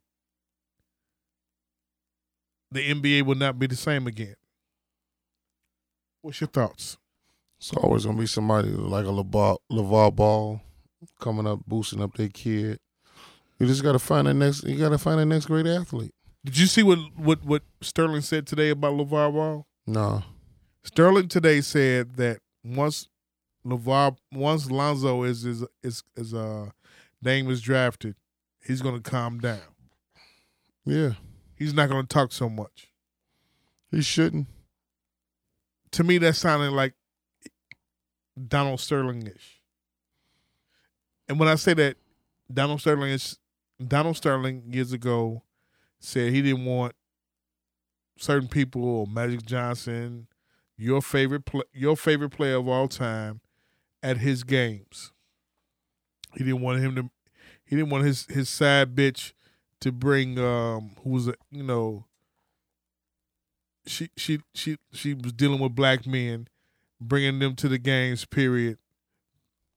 S5: the NBA will not be the same again. What's your thoughts?
S4: It's always gonna be somebody like a LeVar, LeVar Ball coming up, boosting up their kid. You just gotta find the next. You gotta find the next great athlete.
S5: Did you see what what what Sterling said today about LeVar Ball?
S4: No,
S5: Sterling today said that once LeVar, once Lonzo is is is, is uh name is drafted, he's gonna calm down.
S4: yeah,
S5: He's not gonna talk so much.
S4: he shouldn't.
S5: To me, that sounded like Donald Sterling ish. And when I say that, Donald Sterling is Donald Sterling years ago said he didn't want certain people or Magic Johnson, your favorite pl- your favorite player of all time, at his games. He didn't want him to. He didn't want his his side bitch to bring um who was a, you know. She she she she was dealing with black men, bringing them to the games. Period.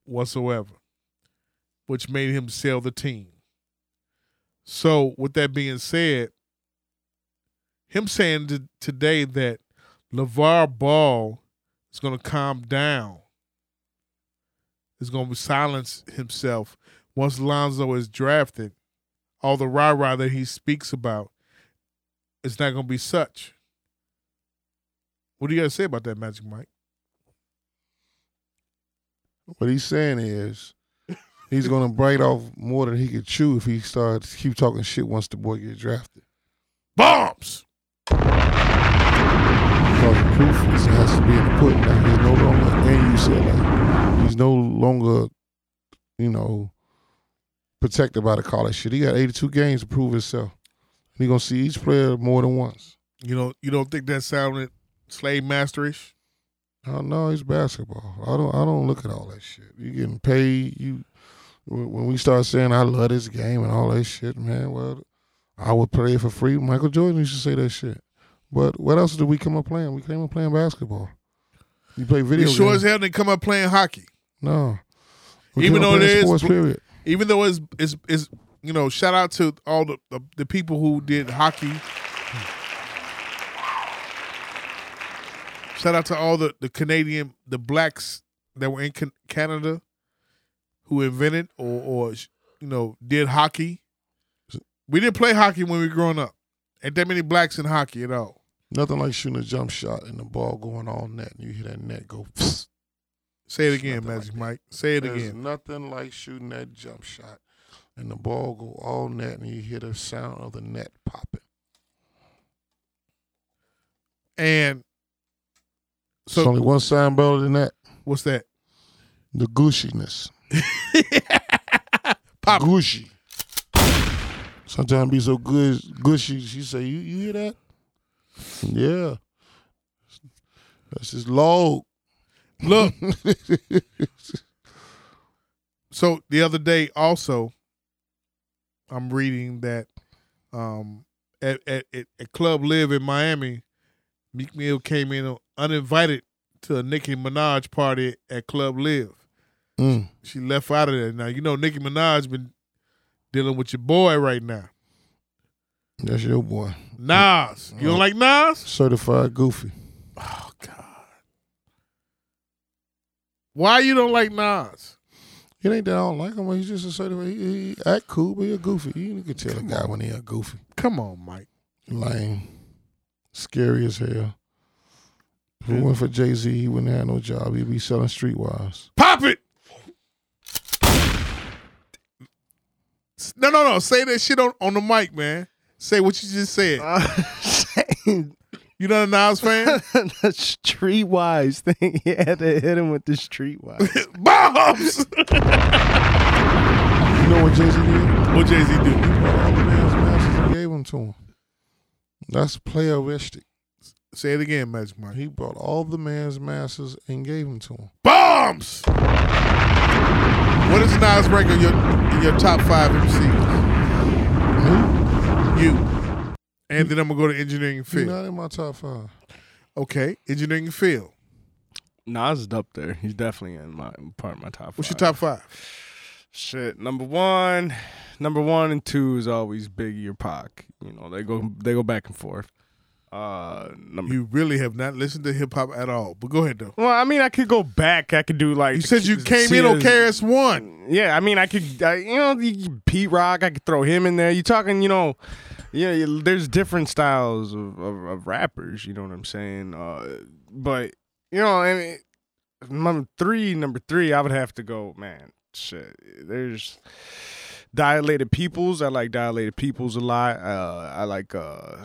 S5: Whatsoever, which made him sell the team. So with that being said, him saying t- today that LeVar Ball is going to calm down, is going to silence himself once Lonzo is drafted, all the rah rah that he speaks about is not going to be such. What do you got to say about that, Magic Mike?
S4: What he's saying
S5: [LAUGHS]
S4: is he's gonna bite off more than he could chew if he starts keep talking shit once the boy gets drafted.
S5: Bombs.
S4: Because the proof is, has to be in the pudding. Like, he's no longer and you said like he's no longer, you know, protected by the college shit. He got eighty two games to prove himself. He's gonna see each player more than once.
S5: You know, you don't think that sounded slave masterish?
S4: Oh no, it's basketball. I don't I don't look at all that shit. You getting paid, you when when we start saying I love this game and all that shit, man, well I would play it for free. Michael Jordan used to say that shit. But what else did we come up playing? We came up playing basketball. You play video
S5: You sure as
S4: games.
S5: hell they come up playing hockey.
S4: No.
S5: even
S4: came up
S5: though
S4: playing
S5: there is,
S4: sports, period.
S5: even though it's it's, it's you know, shout out to all the, the the people who did hockey. Shout out to all the the Canadian the blacks that were in Can- Canada who invented or or you know did hockey. We didn't play hockey when we were growing up. Ain't that many blacks in hockey at all.
S4: Nothing like shooting a jump shot and the ball going all net and you hear that net go psst.
S5: Say it again, Magic Mike. Say it
S4: There's
S5: again.
S4: nothing like shooting that jump shot and the ball go all net and you hear the sound of the net popping.
S5: And
S4: There's only one sign better than that.
S5: What's that?
S4: The gushiness.
S5: [LAUGHS] Pop
S4: gushy. Sometimes be so good gushy. She say, "You you hear that? Yeah, that's just low."
S5: Look.
S4: [LAUGHS]
S5: so the other day also i'm reading that um at at, at, at Club Live in Miami, Meek Mill came in uninvited to a Nicki Minaj party at Club Live.
S4: Mm.
S5: She left out of there. Now you know Nicki Minaj been dealing with your boy right now.
S4: That's your boy.
S5: Nas, you don't like Nas?
S4: Certified Goofy.
S5: Why you don't like Nas?
S4: It ain't that I don't like him. He's just a certified. He, he act cool, but he a goofy. You can tell a guy when he a goofy.
S5: Come on, Mike.
S4: Lame. Scary as hell. If it went for Jay Z, he wouldn't have no job. He'd be selling streetwise.
S5: Pop it. No, no, no. Say that shit on, on the mic, man. Say what you just said. you not a Nas fan?
S14: [LAUGHS] the streetwise thing. [LAUGHS] He had to hit him with the streetwise.
S5: Bombs.
S4: You know what Jay Z did?
S5: What Jay Z do?
S4: He gave them to him. That's playeristic.
S5: Say it again, Magic Mike.
S4: He brought all the man's masses and gave them to him.
S5: Bombs. What does Nas rank on your in your top five MCs? You. And then I'm gonna go to engineering and
S4: He's
S5: field.
S4: not in my top five.
S5: Okay, engineering and field.
S11: Nas is up there. He's definitely in my part of my top.
S5: What's your
S11: five.
S5: top five?
S11: Shit, number one, number one and two is always Biggie or Pac. You know they go they go back and forth. Uh, number.
S5: You really have not listened to hip hop at all. But go ahead though.
S11: well, I mean, I could go back. I could do like
S5: You said you came in on KRS
S4: Mm.
S5: One.
S11: Yeah, I mean, I could, I, you know, you- you- Pete Rock, I could throw him in there. You talking, you know, yeah, you- there's different styles of, of, of rappers. You know what I'm saying? Uh, but you know, I mean, number three, number three, I would have to go, man. Shit, there's dilated peoples. I like dilated peoples a lot. Uh, I like, uh,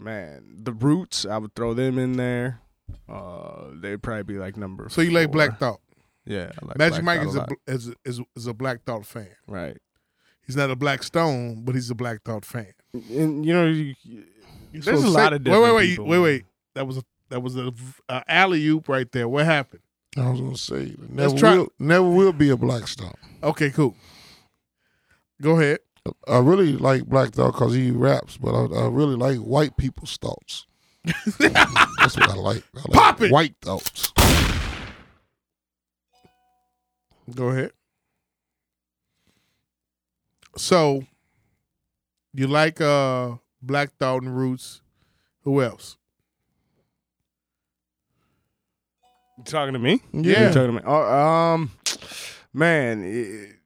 S11: man, the Roots. I would throw them in there. Uh, they'd probably be like number.
S5: So you like
S11: four.
S5: Black Thought.
S11: Yeah, I like
S5: Magic
S11: Black
S5: Mike
S11: Thought
S5: is
S11: a
S5: a,
S11: lot.
S5: bl- is, a, is, a, is a Black Thought fan.
S11: right.
S5: He's not a Black Stone, but he's a Black Thought fan.
S11: And you know, you,
S5: You
S11: there's
S5: so
S11: a
S5: say-
S11: lot of different
S5: wait, wait, wait,
S11: people.
S5: wait, wait. That was a that was a, a alley oop right there. What happened?
S4: I was gonna say never
S5: try-
S4: will never will be a black star.
S5: Okay, cool. Go ahead.
S4: I really like Black Thought because he raps, but I, I really like white
S5: [LAUGHS]
S4: people's thoughts. That's what I like. I like
S5: Pop it!
S4: White thoughts.
S5: Go ahead. So you like uh Black Thought and Roots. Who else?
S11: You talking to me?
S5: Yeah.
S11: You talking to me? Oh, um, man, it-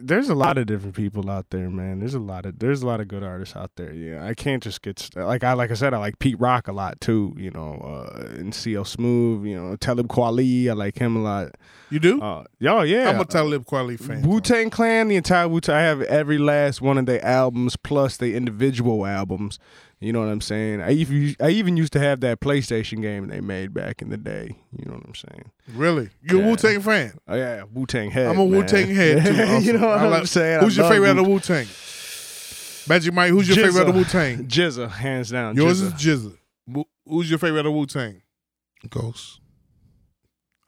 S11: there's a lot of different people out there, man. There's a lot of there's a lot of good artists out there. Yeah, I can't just get st- like I like I said, I like Pete Rock a lot too. You know, uh, and CL Smooth. You know, Talib Kweli. I like him a lot.
S5: You do?
S11: Uh, yo, yeah.
S5: I'm a Talib Kweli fan.
S11: Wu Tang Clan, the entire Wu Tang. I have every last one of their albums, plus their individual albums. You know what I'm saying? I even I even used to have that PlayStation game they made back in the day. You know what I'm saying?
S5: Really? You a
S11: Yeah.
S5: Wu Tang fan?
S11: Oh yeah, Wu Tang head.
S5: I'm a Wu Tang
S11: man.
S5: head too.
S11: [LAUGHS] you
S5: also.
S11: know what
S5: I
S11: I'm
S5: like-
S11: saying?
S5: Who's
S11: I
S5: your
S11: love
S5: favorite out
S11: Wu-
S5: of Wu Tang? Magic Mike, who's your favorite out of Wu Tang?
S11: [LAUGHS] Jizza, hands down.
S5: Yours
S11: Jizza.
S5: is Jizza. Wu- Who's your favorite out of Wu Tang?
S4: Ghost.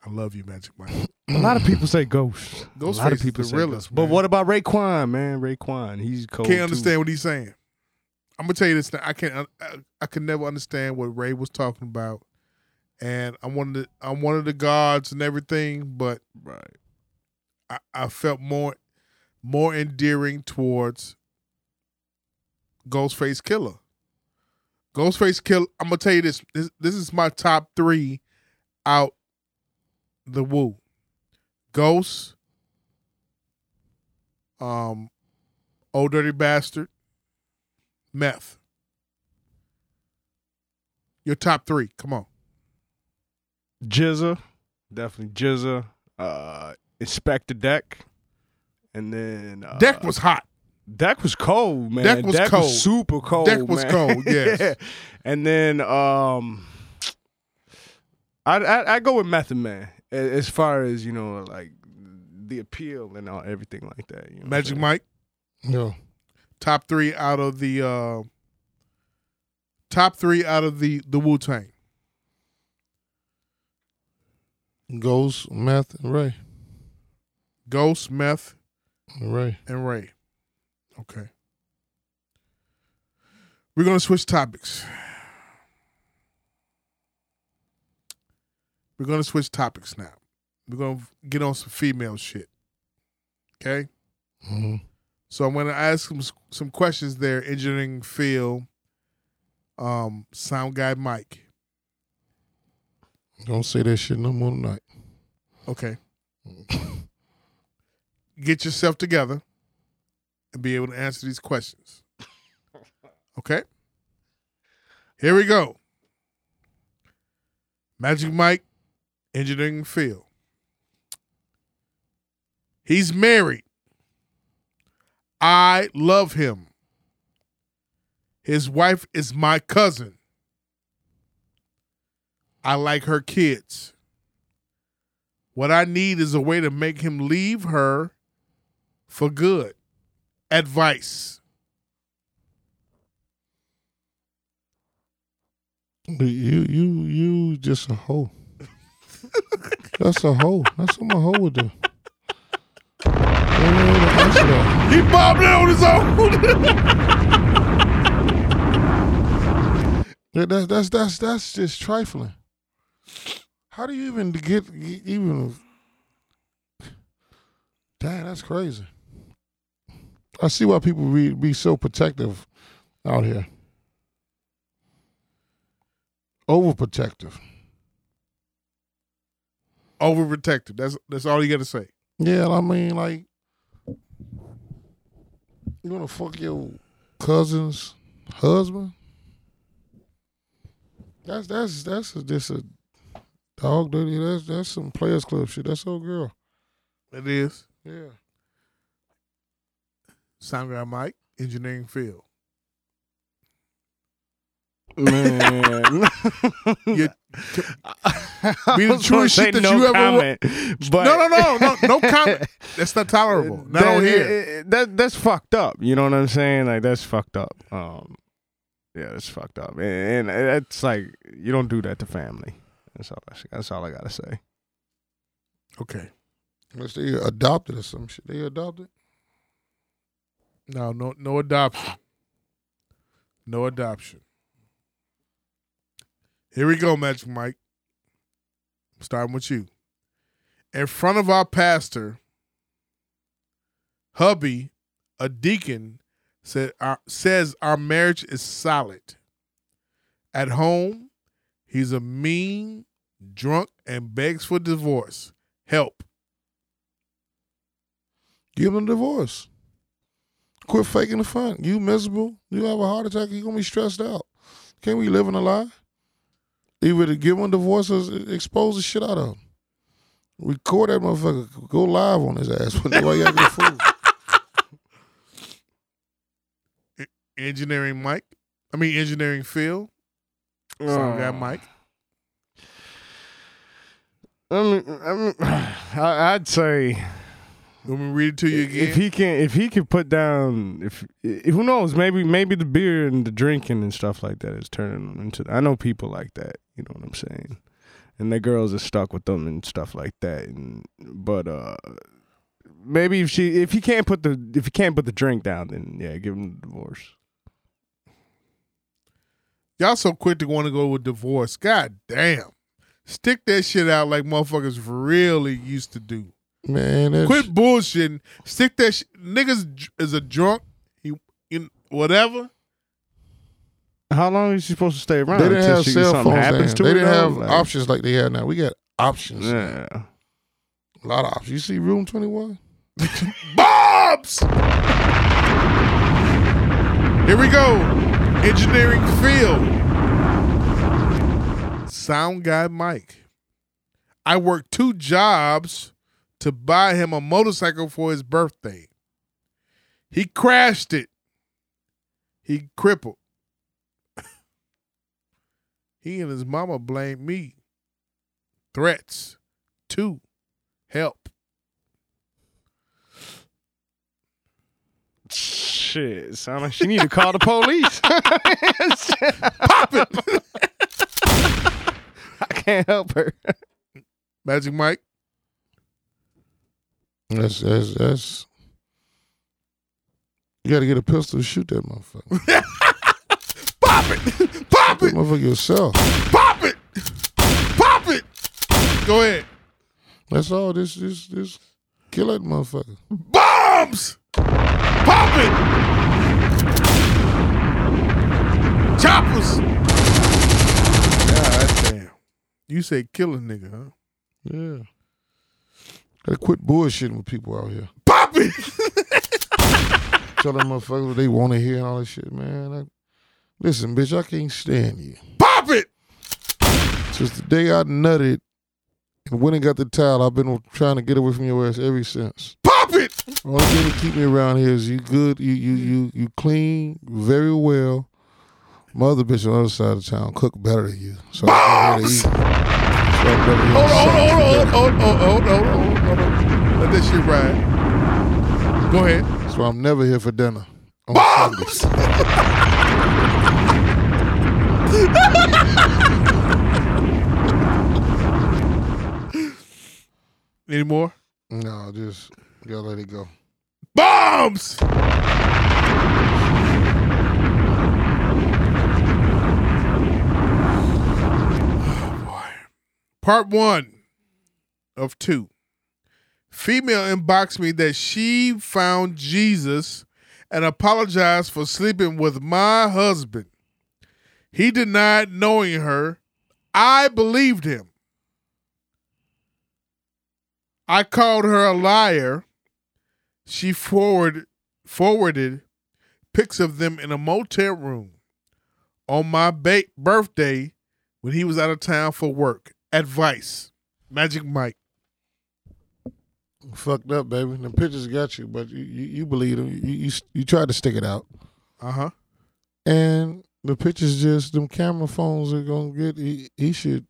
S5: I love you, Magic Mike.
S11: a lot of people say Ghost.
S5: Ghostface
S11: a lot of
S5: is
S11: people
S5: the
S11: say
S5: realest,
S11: Ghost. But
S5: man.
S11: what about Raekwon, man? Raekwon, he's cold.
S5: can't
S11: too.
S5: understand what he's saying. I'm gonna tell you this. Now. I can't. I, I could never understand what Ray was talking about, and I wanted. to- I wanted the gods and everything, but
S11: Right.
S5: I, I felt more, more endearing towards Ghostface Killer. Ghostface Killer. I'm gonna tell you this. This this is my top three, out, the woo, Ghost. Um, old dirty bastard, meth. Your top three. Come on.
S11: Jizza, definitely Jizza. Uh, Inspector Deck, and then uh,
S5: Deck was hot.
S11: Deck was cold, man.
S5: Deck was cold.
S11: super cold.
S5: Deck was
S11: man.
S5: cold, yes.
S11: yeah. And then um, I, I I go with Method Man a- as far as you know, like the appeal and all everything like that. You know
S5: Magic Mike.
S4: No.
S5: Top three out of the uh, top three out of the the Wu Tang.
S4: Ghost, Meth, and Ray.
S5: Ghost, meth,
S4: And Ray.
S5: and Ray. Okay. We're gonna switch topics. We're gonna switch topics now. We're gonna get on some female shit. Okay.
S4: Mm-hmm.
S5: So I'm gonna ask some some questions there. Engineering Phil, um, sound guy Mike.
S4: Don't say that shit no more tonight.
S5: Okay. Get yourself together and be able to answer these questions. Okay? Here we go. Magic Mike, engineering Phil. He's married. I love him. His wife is my cousin. I like her kids. What I need is a way to make him leave her for good. Advice.
S4: You you you just a hoe. That's a hoe. That's what my hoe would do.
S5: He bobbed it on his own.
S4: That, that's that's that's that's just trifling. How do you even get e, even? Dang, that's crazy. I see why people be be so protective out here. Overprotective.
S5: Overprotective. That's that's all you gotta say.
S4: Yeah, I mean, like, you want to fuck your cousin's husband? That's that's that's a, just a dog dirty. That's that's some players club shit. That's old girl.
S5: It is.
S4: Yeah.
S5: Sound guy Mike, engineering Phil. [LAUGHS]
S14: Man. [LAUGHS]
S5: You- be
S14: I
S5: the
S14: was gonna
S5: truest shit
S14: say
S5: that
S14: no
S5: you ever
S14: comment, but-
S5: No, no, no, no,
S14: [LAUGHS]
S5: no comment. That's not tolerable. Not
S14: That-
S5: on here.
S14: it- it- that that's fucked up. You know what I'm saying? Like that's fucked up. Um, yeah, that's fucked up. And, and that's like you don't do that to family. That's all. I, that's all I gotta say.
S5: Okay.
S4: Unless they adopted or some shit. They adopted.
S5: No, no, no adoption. No adoption. Here we go, Magic Mike. Starting with you. In front of our pastor, hubby, a deacon, said our, says our marriage is solid. At home, he's a mean, drunk, and begs for divorce. Help.
S4: Give them a divorce. Quit faking the fun. You miserable. You have a heart attack. You gonna be stressed out. Can't we live in a lie? Either to give them a divorce or expose the shit out of them. Record that motherfucker. Go live on his ass. [LAUGHS] Why you acting a fool?
S5: Engineering Mike. I mean, engineering Phil. Sound guy
S14: Oh.
S5: Mike.
S14: [LAUGHS] I mean, I mean, [SIGHS] I, I'd say.
S5: Let me read it to you again.
S14: If he can, if he can put down, if eh, who knows, maybe maybe the beer and the drinking and stuff like that is turning them into. I know people like that. You know what I'm saying? And the girls are stuck with them and stuff like that. And but uh, maybe if she, if he can't put the, if he can't put the drink down, then yeah, give him the divorce.
S5: Y'all so quick to want to go with divorce. God damn. Stick that shit out like motherfuckers really used to do.
S4: Man, that's
S5: Quit bullshitting. Stick that sh- niggas dr- is a drunk. He in whatever.
S14: How long is she supposed to stay around?
S4: They didn't
S14: Until
S4: have
S14: she-
S4: cell
S14: something
S4: phones.
S14: happens
S4: then.
S14: to
S4: they
S14: her,
S4: didn't
S14: though?
S4: have
S14: Like-
S4: options like they have now. We got options.
S14: Yeah.
S4: A lot of options. You see Room 21?
S5: Bobs! Here we go. Engineering Phil. Sound guy Mike. I worked two jobs to buy him a motorcycle for his birthday. He crashed it. He crippled. [LAUGHS] he and his mama blamed me. Threats. Two. Help.
S14: Shit, sound like she need to call the police.
S5: Pop it.
S14: I can't help her.
S5: Magic Mike.
S4: That's that's that's. You got to get a pistol to shoot that motherfucker.
S5: [LAUGHS] Pop it. Pop it.
S4: Motherfucker yourself.
S5: Pop it. Pop it. Go ahead.
S4: That's all. This this this kill that motherfucker.
S5: Bombs. Pop it. Choppers. God damn. You say kill a nigga, huh?
S4: Yeah. Gotta quit bullshitting with people out here.
S5: Pop it.
S4: [LAUGHS] Tell them motherfuckers what they want to hear and all that shit, man. I, listen, bitch, I can't stand you.
S5: Pop it.
S4: Since the day I nutted and went and got the towel, I've been trying to get away from your ass ever since.
S5: Pop it.
S4: Only thing that keep me around here is you good, you you you you clean very well. My other bitch on the other side of town cook better than you, so I don't
S5: Bombs.
S4: eat. So I better eat
S5: Hold
S4: something.
S5: on, hold on, hold on, hold on, hold on, hold on, hold on. Let that shit ride. Go ahead.
S4: So I'm never here for dinner. On
S5: Bombs! Any more?
S4: Sunday. No, just gotta let it go.
S5: Bombs! Part one of two. Female inboxed me that she found Jesus and apologized for sleeping with my husband. He denied knowing her. I believed him. I called her a liar. She forward forwarded pics of them in a motel room on my ba- birthday when he was out of town for work. Advice, Magic Mike.
S4: Fucked up, baby. The pictures got you, but you, you, you believe them. You, you you tried to stick it out,
S5: Uh huh.
S4: and the pictures just them camera phones are gonna get. He, he should.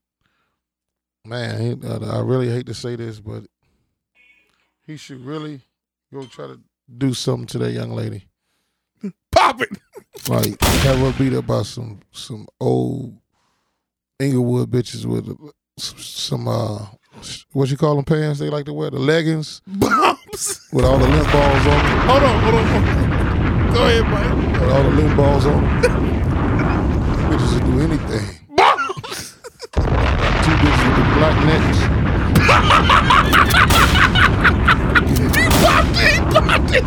S4: Man, he, I, I really hate to say this, but he should really go try to do something to that young lady.
S5: Pop it.
S4: Like have her beat up by some some old Inglewood bitches with some uh what you call them pants they like to wear the leggings
S5: Bombs.
S4: with all the lint balls on them.
S5: Hold on, hold on. Go ahead, Mike.
S4: with all the lint balls on them. bitches will do anything.
S5: Bombs.
S4: Two bitches with the black necks.
S5: [LAUGHS] Popped it. He popped it.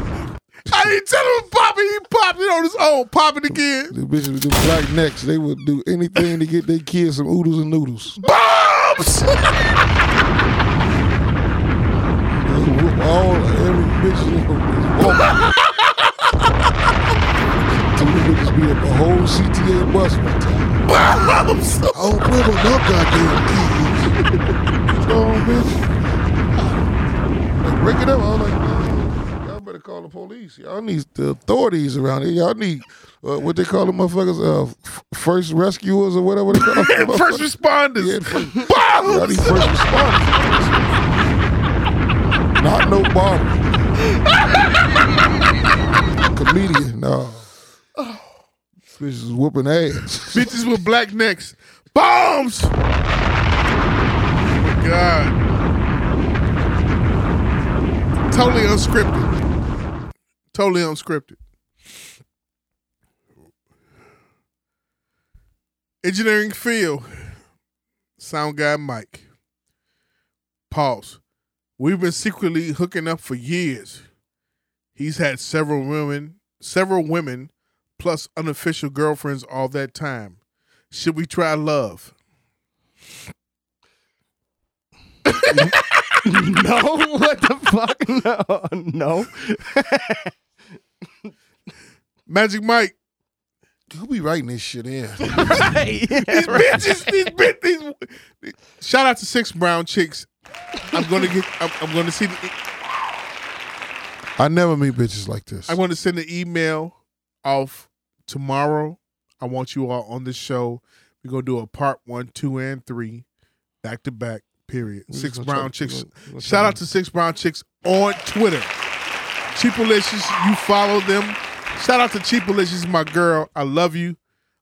S5: I didn't tell him to pop it. He popped it on his own. Pop it again.
S4: The bitches with the black necks. They would do anything to get their kids some oodles and noodles.
S5: Bombs. [LAUGHS]
S4: They would whoop all every bitch in this woman. Two bitches beat up a whole CTA bus one time.
S5: Bombs.
S4: I don't live on no goddamn
S5: [LAUGHS]
S4: kids. Go on, bitch. Like, break it up. I was like, no, y'all better call the police. Y'all need the authorities around here. Y'all need uh, what they call the motherfuckers, uh, f- first rescuers or whatever
S5: [LAUGHS]
S4: they call them.
S5: First responders.
S4: Yeah,
S5: [LAUGHS]
S4: first- Y'all
S5: Bombs.
S4: need first responders. Not no bomber. Comedian,
S5: [SIGHS]
S4: no. Bitch is whooping ass.
S5: Bitches with black necks. Bombs! Oh my God. Totally unscripted. Totally unscripted. Engineering field. Sound guy Mike. Pause. We've been secretly hooking up for years. He's had several women, several women plus unofficial girlfriends all that time. Should we try love?
S14: no, what the fuck? No, no.
S5: Magic Mike,
S4: Who be writing this
S5: [LAUGHS]
S4: shit in?
S14: Right.
S5: these bitches, these bitches. These, shout out to six brown chicks. I'm gonna get. I'm, I'm gonna see. The, e-
S4: I never meet bitches like this.
S5: I'm gonna send an email off tomorrow. I want you all on the show. We're gonna do a part one, two, and three, back to back. Period.
S4: just
S5: Six
S4: gonna
S5: brown
S4: try-
S5: chicks.
S4: we're gonna- we're
S5: Shout
S4: trying-
S5: out to Six Brown Chicks on Twitter. Cheapalicious, you follow them. Shout out to Cheapalicious, my girl. I love you.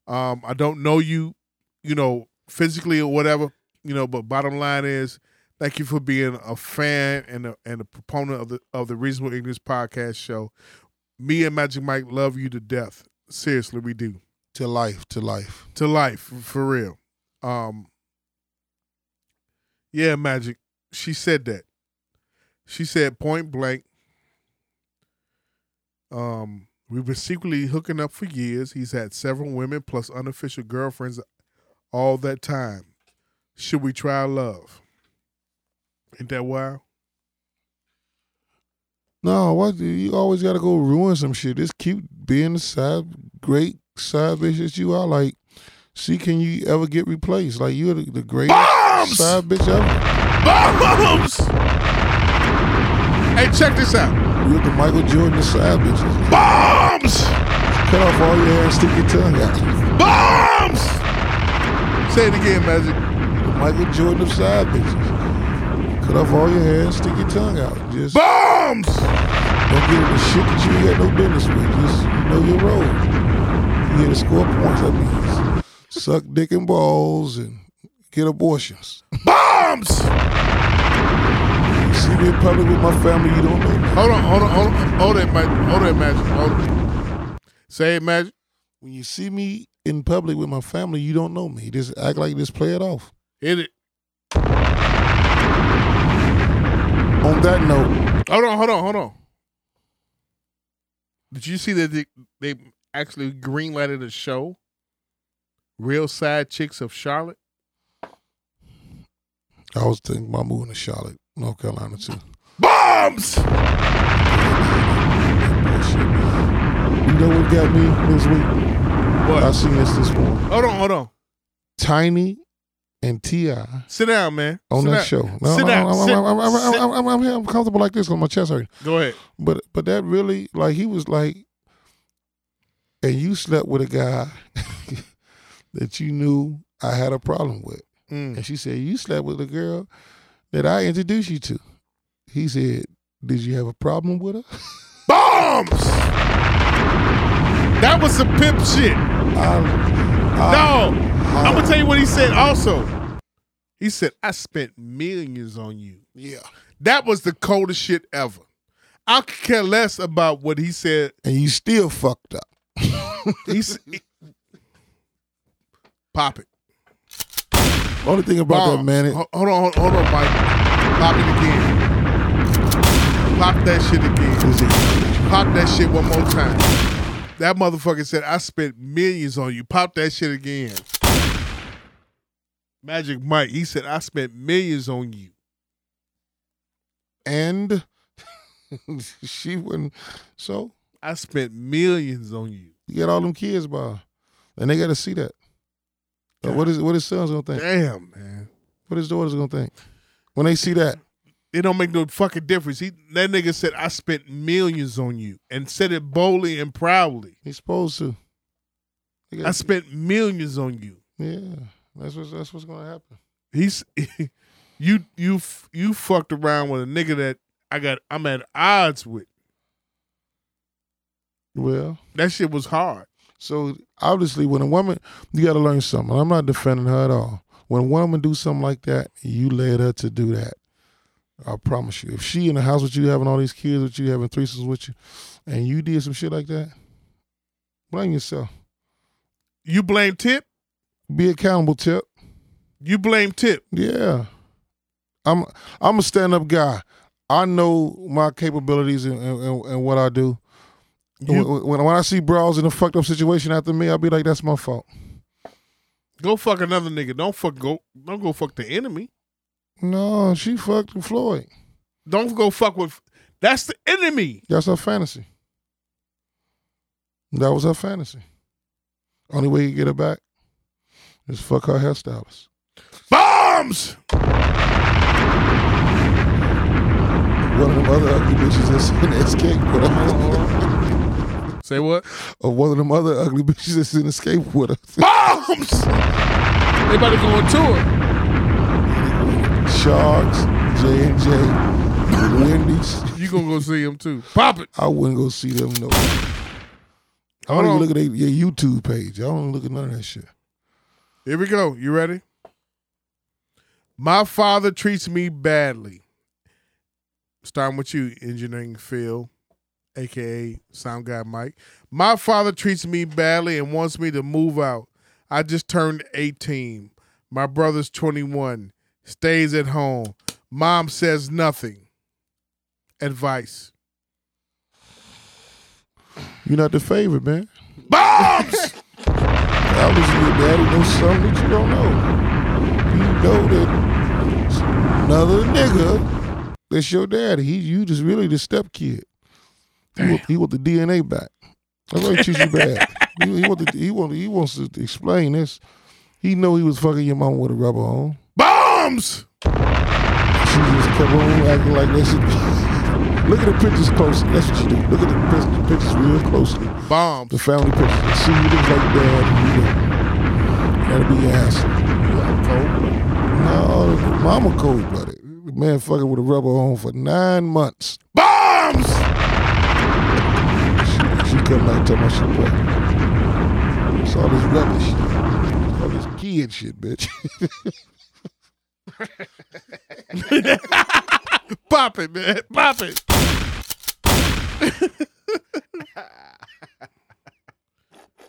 S5: Um, I don't know you, you know, physically or whatever, you know. But bottom line is, thank you for being a fan and a, and a proponent of the of the Reasonable English Podcast Show. Me and Magic Mike love you to death. Seriously, we do.
S4: To life, to life.
S5: To life, for real. Um Yeah, Magic. She said that. She said point blank. Um, we've been secretly hooking up for years. He's had several women plus unofficial girlfriends all that time. Should we try love? Ain't that wild?
S4: No, what you always got to go ruin some shit. It's cute being the side great side bitch that you are. Like, see, can you ever get replaced? Like, you're the, the greatest side bitch ever.
S5: Bombs! Hey, check this out.
S4: You're the Michael Jordan of side bitches.
S5: Bombs!
S4: Cut off all your hair and stick your tongue out.
S5: Bombs! Say it again, Magic.
S4: The Michael Jordan of side bitches. Cut off all your hair and stick your tongue out. Just
S5: bombs.
S4: Don't get into shit that you ain't got no business with. Just know your role. You here to score points. That means suck dick and balls and get abortions.
S5: Bombs.
S4: You see me in public with my family. You don't know. me.
S5: Hold on, hold on, hold on, hold that, Magic. Hold that, Magic. Hold it. Say it, Magic.
S4: When you see me in public with my family, you don't know me. Just act like just play it off.
S5: Hit it.
S4: On that note,
S5: Hold on, hold on, hold on. Did you see that they, they actually greenlighted a show? Real Side Chicks of Charlotte.
S4: I was thinking about moving to Charlotte, North Carolina too.
S5: Bombs.
S4: You know what got me this week?
S5: What?
S4: I seen this this morning.
S5: Hold on, hold on.
S4: Tiny and Ti
S5: Sit down, man.
S4: on
S5: Sit
S4: that
S5: down.
S4: show. No,
S5: Sit
S4: no,
S5: down.
S4: I'm, I'm,
S5: Sit-
S4: I'm, I'm, I'm,
S5: sit-
S4: I'm, I'm, I'm, I'm comfortable like this because my chest hurt.
S5: Go ahead.
S4: But but that really like he was like, and you slept with a guy [LAUGHS] that you knew I had a problem with,
S5: Mm.
S4: and she said you slept with a girl that I introduced you to. He said, "Did you have a problem with her?"
S5: Bombs. That was some pimp shit.
S4: Um,
S5: no, I'm gonna tell you what he said. Also, he said I spent millions on you.
S4: Yeah.
S5: That was the coldest shit ever. I could care less about what he said.
S4: And you still fucked up.
S5: He s- Pop it.
S4: Only thing about that
S5: Bombs.
S4: man, it,
S5: Ho- Hold on, hold- hold on, Mike. Pop it again. Pop that shit again. Pop that shit one more time. That motherfucker said, I spent millions on you. Pop that shit again. Magic Mike, he said, I spent millions on you.
S4: and [LAUGHS] she wouldn't. So
S5: I spent millions on you.
S4: you got all them kids by, her. and they got to see that. Like, what is what his sons gonna think?
S5: Damn, man.
S4: What his daughters gonna think when they see that?
S5: It don't make no fucking difference. He, that nigga said, I spent millions on you and said it boldly and proudly.
S4: He's supposed to. They got-
S5: I spent millions on you.
S4: yeah, that's what's that's what's gonna happen.
S5: he's [LAUGHS] you you f- you fucked around with a nigga that I got I'm at odds with.
S4: Well,
S5: That shit was hard.
S4: so obviously when a woman, you got to learn something. I'm not defending her at all. When a woman do something like that, you led her to do that. I promise you. If she in the house with you, having all these kids with you, having threesomes with you, and you did some shit like that, blame yourself.
S5: You blame Tip.
S4: Be accountable, Tip.
S5: You blame Tip.
S4: Yeah. I'm I'm a stand up guy. I know my capabilities and, and, and- and what I do.
S5: You-
S4: When, when- when I see brawls in a fucked up situation after me, I'll be like, that's my fault.
S5: Go fuck another nigga. Don't fuck go. Don't go fuck the enemy.
S4: No, she fucked with Floyd.
S5: Don't go fuck with. That's the enemy.
S4: That's her fantasy. That was her fantasy. Only way you get her back is fuck her hairstylist.
S5: Bombs.
S4: One of them other ugly bitches that's [LAUGHS] in Escape with her.
S5: Say what?
S4: Or one of them other ugly bitches that's in Escape with her.
S5: Bombs. they about to go on tour.
S4: Sharks, J and J, Wendy's.
S5: You gonna go see him too? Pop it.
S4: I wouldn't go see them no. I
S5: Hold
S4: don't even
S5: on.
S4: look at their, your YouTube page. I don't look at none of that shit.
S5: Here we go. You ready? My father treats me badly. Starting with you, engineering Phil. aka Sound Guy Mike. My father treats me badly and wants me to move out. I just turned 18. My brother's 21. Stays at home. Mom says nothing. Advice.
S4: You're not the favorite, man.
S5: Bombs!
S4: [LAUGHS] That was your daddy knows something that you don't know. You know that another nigga that's your daddy. He you just really the stepkid. He want, he want the DNA back. That's why he treats you bad. he, he, want the, he, want, he wants to explain this. He know he was fucking your mom with a rubber on.
S5: Bombs!
S4: She just kept on acting like that shit. [LAUGHS] Look at the pictures closely. That's what she do. Look at the pictures, the pictures real closely.
S5: Bomb.
S4: The family pictures. You See, you look like dad. and You don't. That'll be your ass. cold blooded. No, mama cold blooded. Man fucking with a rubber on for nine months.
S5: Bombs!
S4: She couldn't like tell my shit pregnant. It's all this rubber shit. It's all this kid shit, bitch.
S5: [LAUGHS] Pop it, man. Pop it.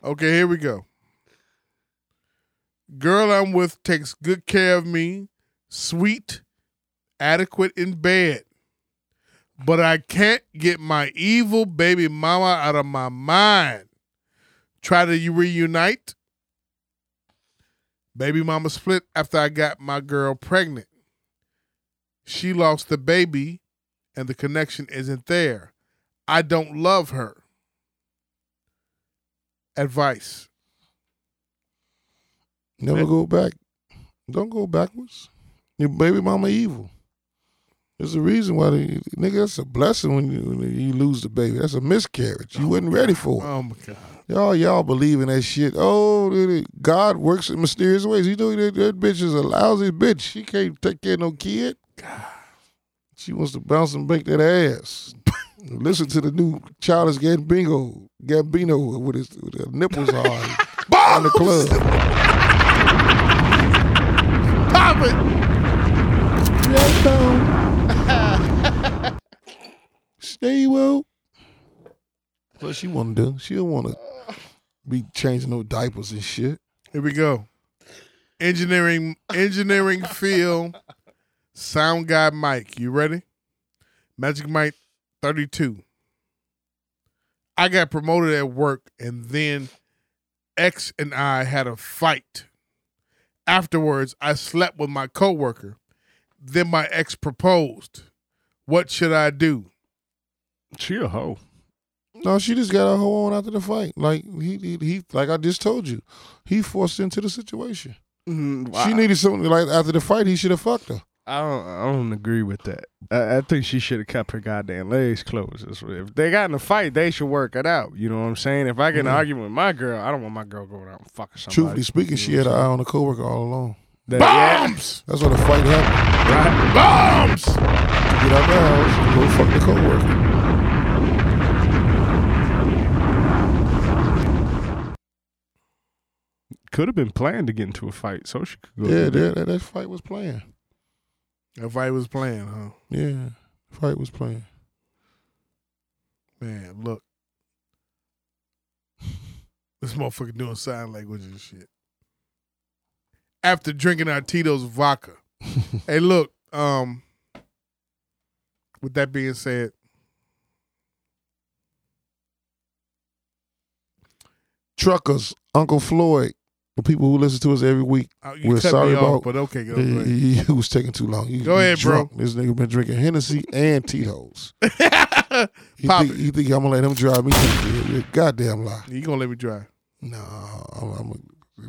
S5: okay, here we go. Girl I'm with takes good care of me, sweet, adequate in bed. But I can't get my evil baby mama out of my mind. Try to reunite. Baby mama split after I got my girl pregnant. She lost the baby and the connection isn't there. I don't love her. Advice.
S4: Never go back. Don't go backwards. Your baby mama evil. There's a reason why they, nigga. That's a blessing when you, when you lose the baby. That's a miscarriage. You wasn't ready for it.
S5: Oh my god.
S4: Y'all, y'all believe in that shit. Oh, it- it- God works in mysterious ways. You know that, that bitch is a lousy bitch. She can't take care of no kid. She wants to bounce and break
S5: [LAUGHS]
S4: that ass. Listen to the new Childish Gambino, Gambino with his, with his nipples
S5: [LAUGHS]
S4: hard on the club.
S5: Pop it.
S4: Stay well. That's what she want to do. She don't want to be changing no diapers and shit.
S5: Here we go. Engineering engineering field sound guy Mike. You ready? Magic Mike 32. I got promoted at work and then X and I had a fight. Afterwards, I slept with my coworker. Then my ex proposed. What should I do?
S14: She a hoe.
S4: No, she just got her hoe on after the fight. Like he, he, he like I just told you, he forced her into the situation. She needed something like after the fight. He should have fucked her.
S14: I don't, I don't agree with that. I, I think she should have kept her goddamn legs closed. That's what- If they got in a fight, they should work it out. You know what I'm saying? If I get in
S5: Mm.
S14: an
S4: Mhm.
S14: argument with my girl, I don't want my girl going out and fucking somebody.
S4: Truthfully speaking, she had her eye on the coworker all along.
S14: That-
S5: Bombs!
S4: That's why the fight happened.
S5: Bombs!
S4: Get out the house, go fuck the coworker.
S14: Could have been planned to get into a fight, so she could go.
S4: Yeah,
S14: through
S4: that, that, that fight was playing.
S5: If I was playing, huh?
S4: Yeah, fight was playing.
S5: Man, look. [LAUGHS] This motherfucker doing sign language and shit. After drinking our
S14: [LAUGHS]
S5: Tito's vodka. hey, look, um, with that being said,
S4: Truckers, Uncle Floyd, the people who listen to us every week.
S5: Oh, you
S4: we're
S5: cut
S4: sorry
S5: me off,
S4: about,
S5: but okay, go
S4: Yeah,
S5: ahead.
S4: you- you was taking too long. You-
S5: Go
S4: you
S5: ahead, bro.
S4: drunk. This nigga been drinking Hennessy and
S5: [LAUGHS]
S4: Tito's. You
S5: Pop
S4: think, you think I'm gonna let him drive me? to- You're a Goddamn lie.
S5: you gonna let me drive.
S4: No, I'm, I'm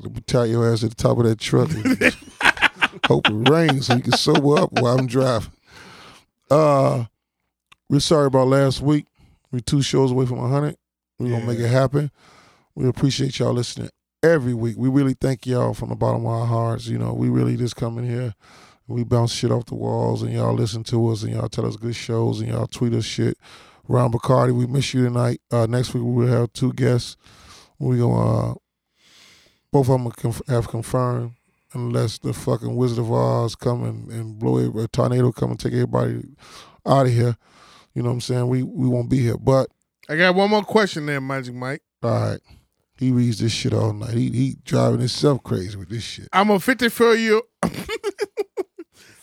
S4: gonna tie your ass at the top of that truck. and hope it rains so you can sober up while I'm driving. Uh, we're sorry about last week. We're two shows away from 100. We're gonna make it happen. We appreciate y'all listening every week. We really thank y'all from the bottom of our hearts. You know, we really just come in here. We bounce shit off the walls, and y'all listen to us, and y'all tell us good shows, and y'all tweet us shit. Ron Bacardi, we miss you tonight. Uh, next week we will have two guests. We gonna uh, both of them conf- have confirmed, unless the fucking Wizard of Oz come and, and blow it, a tornado come and take everybody out of here. You know what I'm saying? We we won't be here, but
S5: I got one more question there, Magic Mike.
S4: All right. He reads this shit all night. He, he driving himself crazy with this shit.
S5: I'm a 54 year.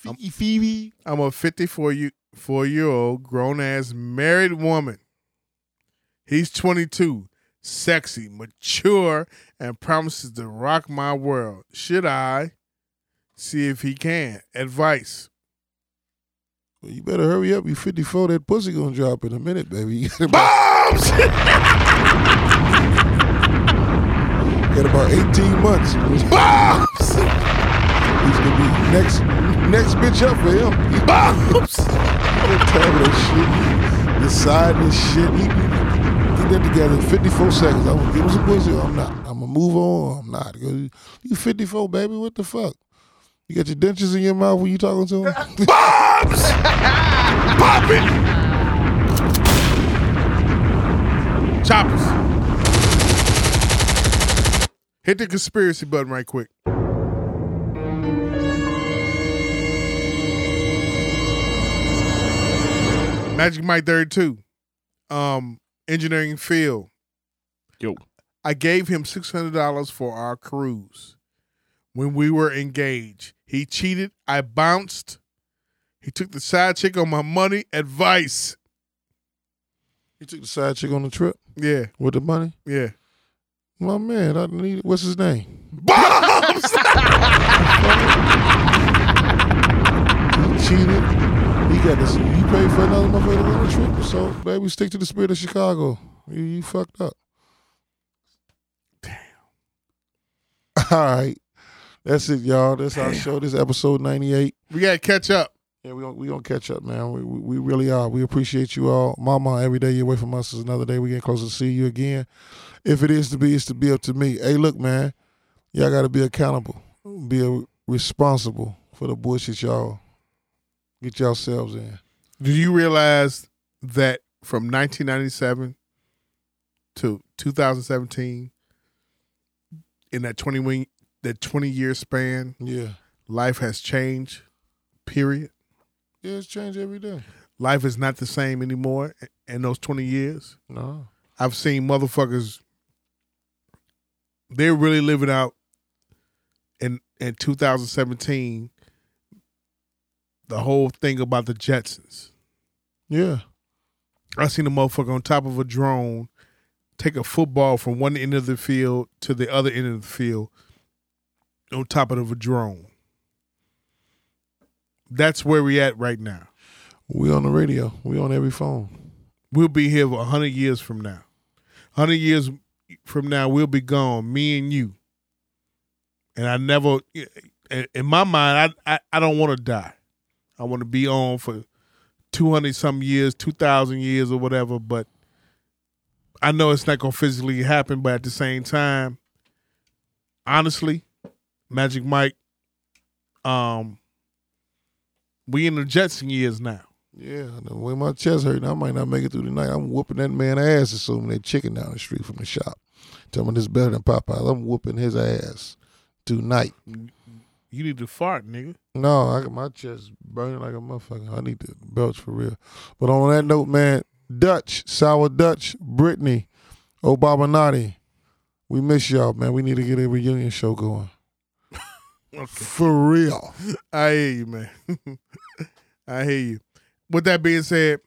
S5: I'm, Phoebe. I'm a 54 year four year old grown ass married woman. He's 22, sexy, mature, and promises to rock my world. Should I see if he can? Advice.
S4: Well, you better hurry up. You 54. That pussy gonna drop in a minute, baby. [LAUGHS] You got
S5: about,
S4: [LAUGHS] got about 18 months.
S5: Bombs!
S4: [LAUGHS] He's gonna be next next bitch up for him. [LAUGHS]
S5: Bombs!
S4: that shit. Deciding this shit. He, he- get that together in 54 seconds. I'm gonna give him some pussy or I'm not. I'm gonna move on or I'm not. You you 54, baby. What the fuck? You got your dentures in your mouth when you talking to
S5: [LAUGHS]
S4: him?
S5: Bombs! Pop it! Choppers. Hit the conspiracy button right quick. Magic Mike 32. Um, engineering field.
S14: Yo.
S5: I gave him six hundred dollars for our cruise. When we were engaged, he cheated. I bounced. He took the side chick on my money. Advice.
S4: You took the side chick on the trip
S5: Yeah,
S4: with the money?
S5: yeah.
S4: My man, I need what's his name? [LAUGHS]
S5: Bombs.
S4: He cheated. He got this you paid for another motherfucker to go on the trip. So baby, stick to the spirit of Chicago. You, you fucked up. Damn. [LAUGHS] All right. That's it, y'all. That's our show. This is episode ninety eight.
S5: we gotta catch up.
S4: Yeah, we gonna, we gonna catch up, man. We, we we really are. We appreciate you all, Mama. Every day you're away from us is another day. We getting closer to see you again. If it is to be, it's to be up to me. Hey, look, man, y'all got to be accountable, be a, responsible for the bullshit y'all get yourselves in.
S5: Do you realize that from 1997 to 2017, in that 20 wing, that 20 year span,
S4: Yeah,
S5: life has changed. Period.
S4: yeah, it's changed every day.
S5: Life is not the same anymore. In those 20 years,
S4: No,
S5: I've seen motherfuckers. They're really living out. In in 2017, the whole thing about the Jetsons.
S4: yeah,
S5: I seen a motherfucker on top of a drone take a football from one end of the field to the other end of the field on top of a drone. That's where we at right now.
S4: we on the radio. We on every phone.
S5: We'll be here for 100 years from now. 100 years from now, we'll be gone, me and you. And I never, in my mind, I, I, I don't want to die. I want to be on for 200 some years, 2,000 years or whatever, but I know it's not going to physically happen, but at the same time, honestly, Magic Mike, um, we in the Jetson years now.
S4: Yeah, the way my chest hurting, I might not make it through the night. I'm whooping that man ass, assuming that chicken down the street from the shop. Tell me this better than Popeyes. I'm whooping his ass tonight.
S5: You need to fart, nigga.
S4: No, I got my chest burning like a motherfucker. I need to belch for real. But on that note, man, Dutch, Sour Dutch, Brittany, Obabanati, we miss y'all, man. We need to get a reunion show going. For real.
S5: I hear you, man. I hear you. With that being said,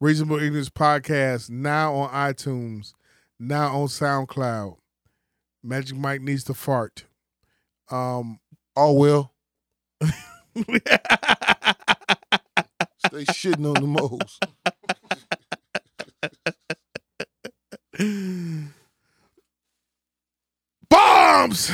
S5: Reasonable Ignorance Podcast now on iTunes, now on SoundCloud. Magic Mike needs to fart. Um,
S4: All
S5: [LAUGHS]
S4: Oh, well. Stay shitting on the moles.
S5: bombs!